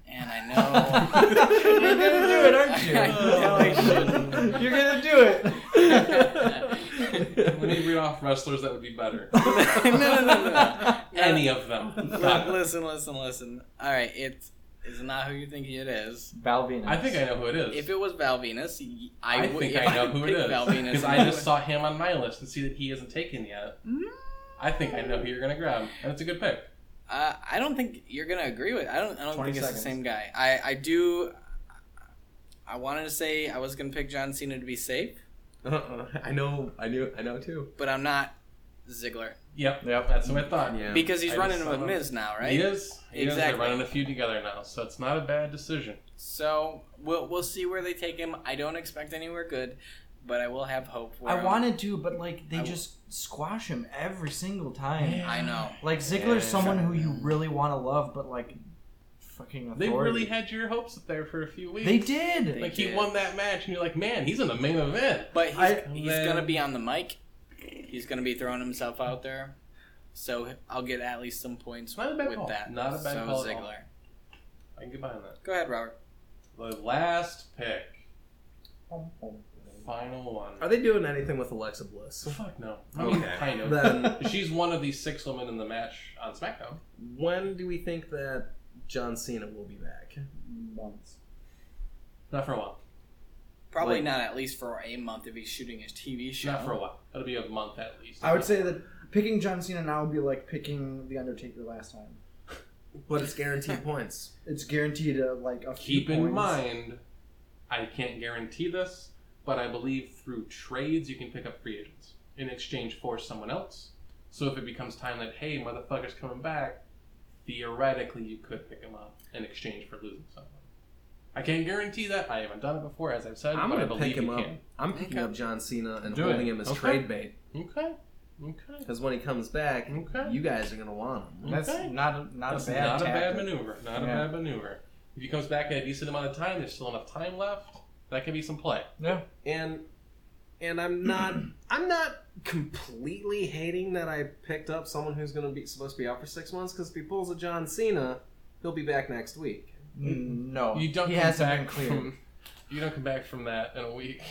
and I know
You're gonna do it, aren't you?
I know I
shouldn't.
You're gonna do it.
Let me read off wrestlers that would be better.
no, no, no, no.
Any of them.
Look, listen, listen, listen. All right, it's is not who you think it is.
Val Venus.
I think I know who it is.
If it was Val Venus, y- I,
I
would.
think
if
I know who it
picked
is.
Val Venus.
Because I just saw him on my list and see that he isn't taken yet. I think I know who you're gonna grab, and it's a good pick.
Uh, I don't think you're gonna agree with. I don't. I don't
20
think it's the
seconds.
same guy. I I do. I wanted to say I was gonna pick John Cena to be safe,
Uh-uh. I know. I knew. I know too.
but I'm not Ziggler
Yep,
Yep.
that's what I thought.
Yeah.
because he's
I
running
just
with
saw-
Miz now, right?
He is. He is.
Exactly.
They're running a few together now, so it's not a bad decision.
So we'll we'll see where they take him. I don't expect anywhere good, but I will have hope. for
I
him.
wanted to, but like they
I-
just squash him every single time.
I know.
Like Ziggler's
Yeah.
someone who you really want to love, but like fucking
They
authority.
really had your hopes up there for a few weeks.
They did.
They
Like he
did.
won that match, and you're like, man, he's in the main event.
But he's,
I-
he's
Man.
gonna be on the mic. He's gonna be throwing himself out there. So I'll get at least some points
Not a bad
with
call.
that.
Not a bad
so
call at
Ziggler.
all. I can get behind that.
Go ahead, Robert.
The last pick,
Boom, boom.
final one.
Are they doing anything with Alexa Bliss?
Fuck no. I mean,
Okay.
kind of.
then
She's one of these six women in the match on SmackDown.
when do we think that John Cena will be back?
Once.
Not for a while.
Probably
Like-
not at least for a month if he's shooting his TV show.
Not for a while. That'll be a month at least.
I would say that picking John Cena now would be like picking the Undertaker last time.
But it's guaranteed points.
It's guaranteed a, like a few
Keep in
points.
mind, I can't guarantee this, but I believe through trades you can pick up free agents in exchange for someone else. So if it becomes time that hey, motherfucker's coming back, theoretically you could pick him up in exchange for losing someone. I can't guarantee that. I haven't done it before, as I've said.
I'm
but I
gonna
believe
pick him
you
up.
can.
I'm picking
Okay.
up John Cena and
Do it.
holding him as
Okay.
trade bait
Okay. Okay.
because when he comes back,
Okay.
you guys are gonna want him.
That's
Okay.
not a, not
That's
a bad
not a bad
tactic.
maneuver. Not
Yeah.
a bad maneuver. If he comes back in a decent amount of time, there's still enough time left. That could be some play.
And and I'm not I'm not completely hating that I picked up someone who's gonna be supposed to be out for six months because if he pulls a John Cena, he'll be back next week.
Mm, No,
You don't
he
come
hasn't
back
been cleared.
from you don't come back from that in a week.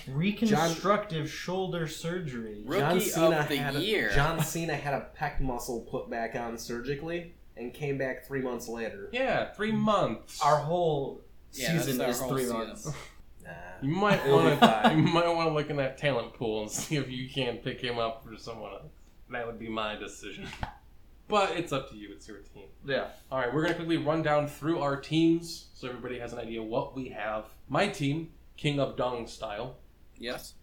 Reconstructive shoulder surgery.
Rookie
John Cena
of the
had
year.
A, John Cena had a pec muscle put back on surgically and came back three months later.
Yeah, three months.
Our whole
Yeah, that's
season
our
is
whole
three
season.
months.
Nah.
you might
It'll be
want to
fine.
you might want to look in that talent pool and see if you can pick him up for someone else. That would be my decision. But it's up to you. It's your team.
Yeah.
All right, we're going to quickly run down through our teams so everybody has an idea what we have. My team, King of Dong style.
Yes.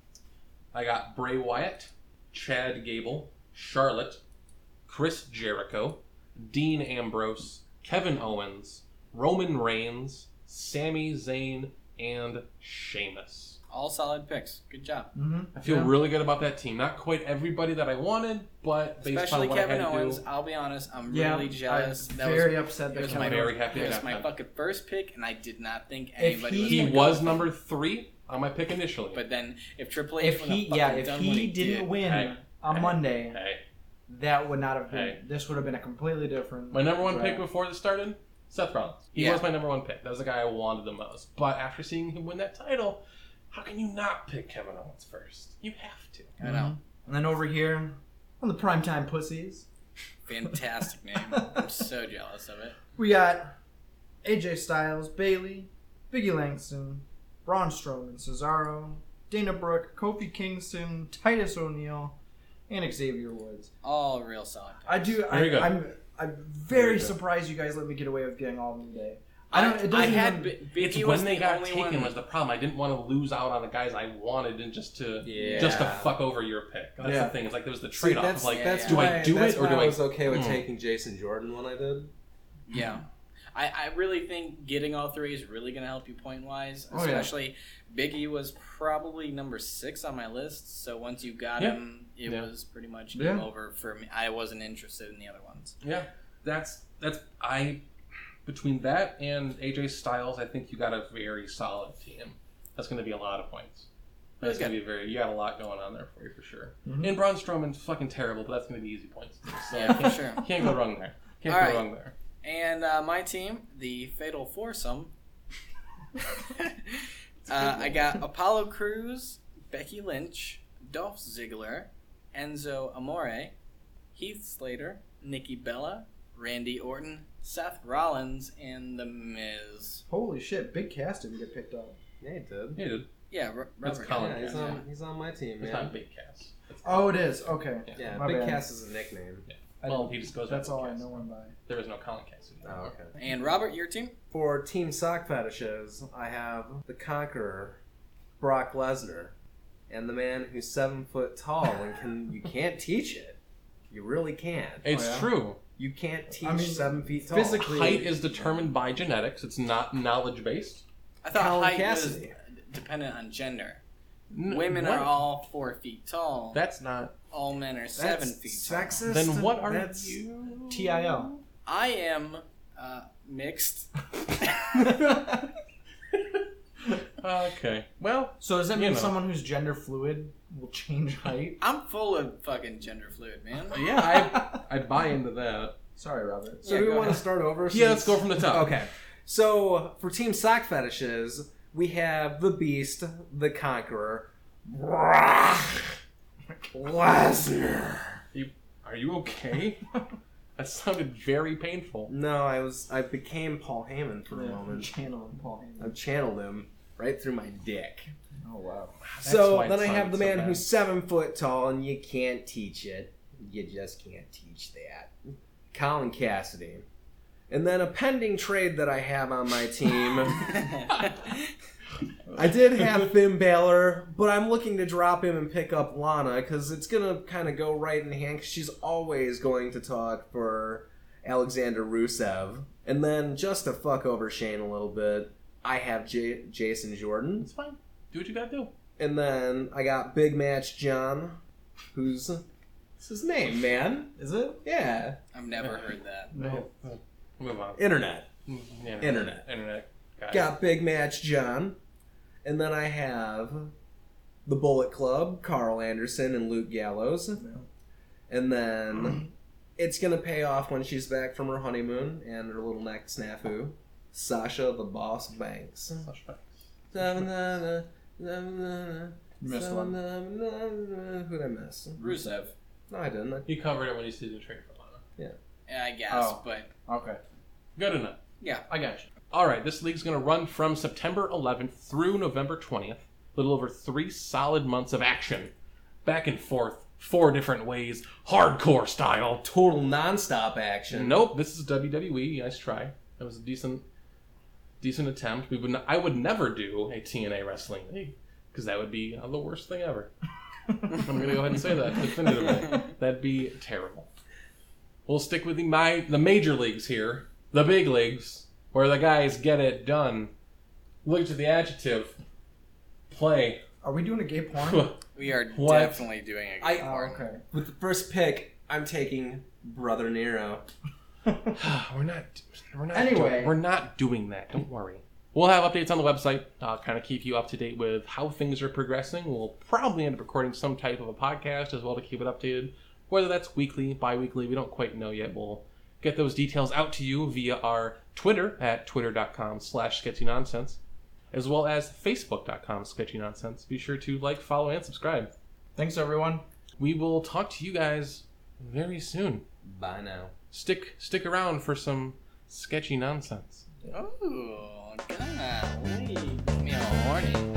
I got Bray Wyatt, Chad Gable, Charlotte, Chris Jericho, Dean Ambrose, Kevin Owens, Roman Reigns, Sami Zayn, and Sheamus.
All solid picks. Good job.
Mm-hmm.
I feel
Yeah.
really good about that team. Not quite everybody that I wanted, but based
Especially
on what
Kevin
I had
Owens.
to do,
I'll be honest. I'm
Yeah,
really jealous.
I'm
that
very
was,
upset
it
that
was
Kevin
I'm
Owens-
very happy
it
I
was
got
my
him.
fucking first pick, and I did not think
If
anybody
he-
He
was.
was number three on my pick initially.
But then if Triple H
If
wouldn't
he,
have
yeah,
fucking
if
done what
he didn't
did,
win
Hey,
on
hey,
Monday,
hey,
that would not have been.
Hey.
This would have been a completely different.
My number one pick
Right.
before this started, Seth Rollins. He
Yeah.
was my number one pick. That was the guy I wanted the most. But after seeing him win that title, how can you not pick Kevin Owens first? You have to.
I know.
And then over here, on the primetime pussies,
Fantastic name. I'm so jealous of it.
we got AJ Styles, Bailey, Biggie Langston, Braun Strowman, Cesaro, Dana Brooke, Kofi Kingston, Titus O'Neil, and Xavier Woods.
All real solid.
I do. I,
Very good.
I'm. I'm very
Very good.
surprised you guys let me get away with getting all of them today. I don't. It doesn't
I had
even-
B- Biggie
It's
was
when they
the
got
only
taken
one.
was the problem. I didn't want to lose out on the guys I wanted and just to
Yeah.
just to fuck over your pick. That's
Yeah.
the thing. It's like there was the
See,
trade off.
that's
It's like
yeah,
that's
yeah.
do
why,
I do
that's
it or
why
do
I
I?
was okay with
Hmm.
taking Jason Jordan when I did.
Yeah. I, I really think getting all three is really going to help you point wise.
Oh, yeah.
Especially Biggie was probably number six on my list. So once you got
Yeah.
him, it
Yeah.
was pretty much
Yeah.
game over for me. I wasn't interested in the other ones.
Yeah, that's that's I between that and AJ Styles, I think you got a very solid team. That's going to be a lot of points. That's
That's
going to be a very you got a lot going on there for you for sure.
Mhm.
And Braun Strowman's fucking terrible, but that's going to be easy points. Too, so
Yeah, for
can't,
sure.
can't go wrong there. Can't
All
go
right.
wrong there.
And uh, my team, the Fatal Foursome, uh, I got Apollo Cruz, Becky Lynch, Dolph Ziggler, Enzo Amore, Heath Slater, Nikki Bella, Randy Orton, Seth Rollins, and The Miz.
Holy shit, big cast didn't get picked up.
Yeah, he did.
Yeah, dude.
Yeah, Ro-
That's
Robert.
Colin.
yeah, he's
Oh, yeah.
on he's on my team,
It's
man.
not big cast. It's-
Oh, it is. Okay.
Yeah,
My
Big
bad.
Cass is a nickname.
I
Well,
didn't-
he just goes.
That's
by Big
all I
Cass.
know him by.
There is no Colin Cassidy.
Oh, okay.
And Robert, your team?
For team sock fetishes, I have the conqueror, Brock Lesnar, and the man who's seven foot tall and can you can't teach it. You really can't.
It's
Oh, yeah?
true.
You can't teach
I mean,
seven feet tall.
physically-
Height is determined by genetics. It's not knowledge based.
I thought
Colin
height
Cassidy.
was dependent on gender.
Mm,
Women are all four feet tall.
That's not.
all men are
That's
seven feet tall.
sexist.
Then what are
That's-
you?
TIL.
I am uh, mixed.
Okay. Well,
So does that
You
mean
know.
someone who's gender fluid will change height?
I'm full of fucking gender fluid, man.
yeah, I I buy into that.
Sorry, Robert.
So
Yeah,
do we
go
want to
ahead.
start over?
Yeah, let's
since-
go from the top.
Okay. So for Team Sock Fetishes, we have the Beast, the Conqueror, Brock Lesnar.
Are you okay? that sounded very painful.
No, I was I became Paul Heyman for a
Yeah,
moment.
channel and Paul Heyman.
I channeled him right through my dick.
Oh wow.
so
why it
then I have
sounded
the
so
man
bad.
who's seven foot tall, and you can't teach it. You just can't teach that. Colin Cassidy. And then a pending trade that I have on my team. I did have Finn Balor, but I'm looking to drop him and pick up Lana because it's gonna kind of go right in hand. 'cause she's always going to talk for Alexander Rusev, and then just to fuck over Shane a little bit, I have J- Jason Jordan,
It's fine. Do what you gotta do.
and then I got Big Match John, who's it's his name, man.
Is it?
Yeah,
I've never heard that.
No.
Move on.
internet.
Internet.
Internet.
Internet. Got it.
Got Big Match John, and then I have the Bullet Club, Carl Anderson, and Luke Gallows.
No.
and then it's gonna pay off when she's back from her honeymoon and her little neck snafu. Sasha the Boss Banks.
Slash facts.
Missed one.
Who'd I miss?
Rusev.
No, I didn't.
You covered it when you see the trade for Lana.
Yeah, I guess,
Oh.
but
Okay.
Good enough.
Yeah.
I got you. All right, this league's going to run from September 11th through November 20th. A little over three solid months of action, back and forth, four different ways, hardcore style.
Total nonstop action.
Nope, this is WWE. Nice try. That was a decent, decent attempt. We would. N- I would never do a TNA wrestling league because that would be uh, the worst thing ever. I'm gonna go ahead and say that definitively. That'd be terrible. We'll stick with the my the major leagues here, the big leagues, where the guys get it done. Look to the adjective. Play.
Are we doing a gay porn?
All
we are
What?
definitely doing it.
I-
oh, okay.
With the first pick, I'm taking Brother Nero.
we're not. We're not.
Anyway.
doing, we're not doing that. Don't worry. We'll have updates on the website. Uh, kind of keep you up to date with how things are progressing. We'll probably end up recording some type of a podcast as well to keep it updated. Whether that's weekly, bi-weekly, we don't quite know yet. We'll get those details out to you via our Twitter at twitter.com slash sketchynonsense, as well as facebook.com sketchynonsense. Be sure to like, follow, and subscribe.
Thanks everyone.
We will talk to you guys very soon.
Bye now.
Stick stick around for some sketchy nonsense.
Oh, golly. Give me all horny.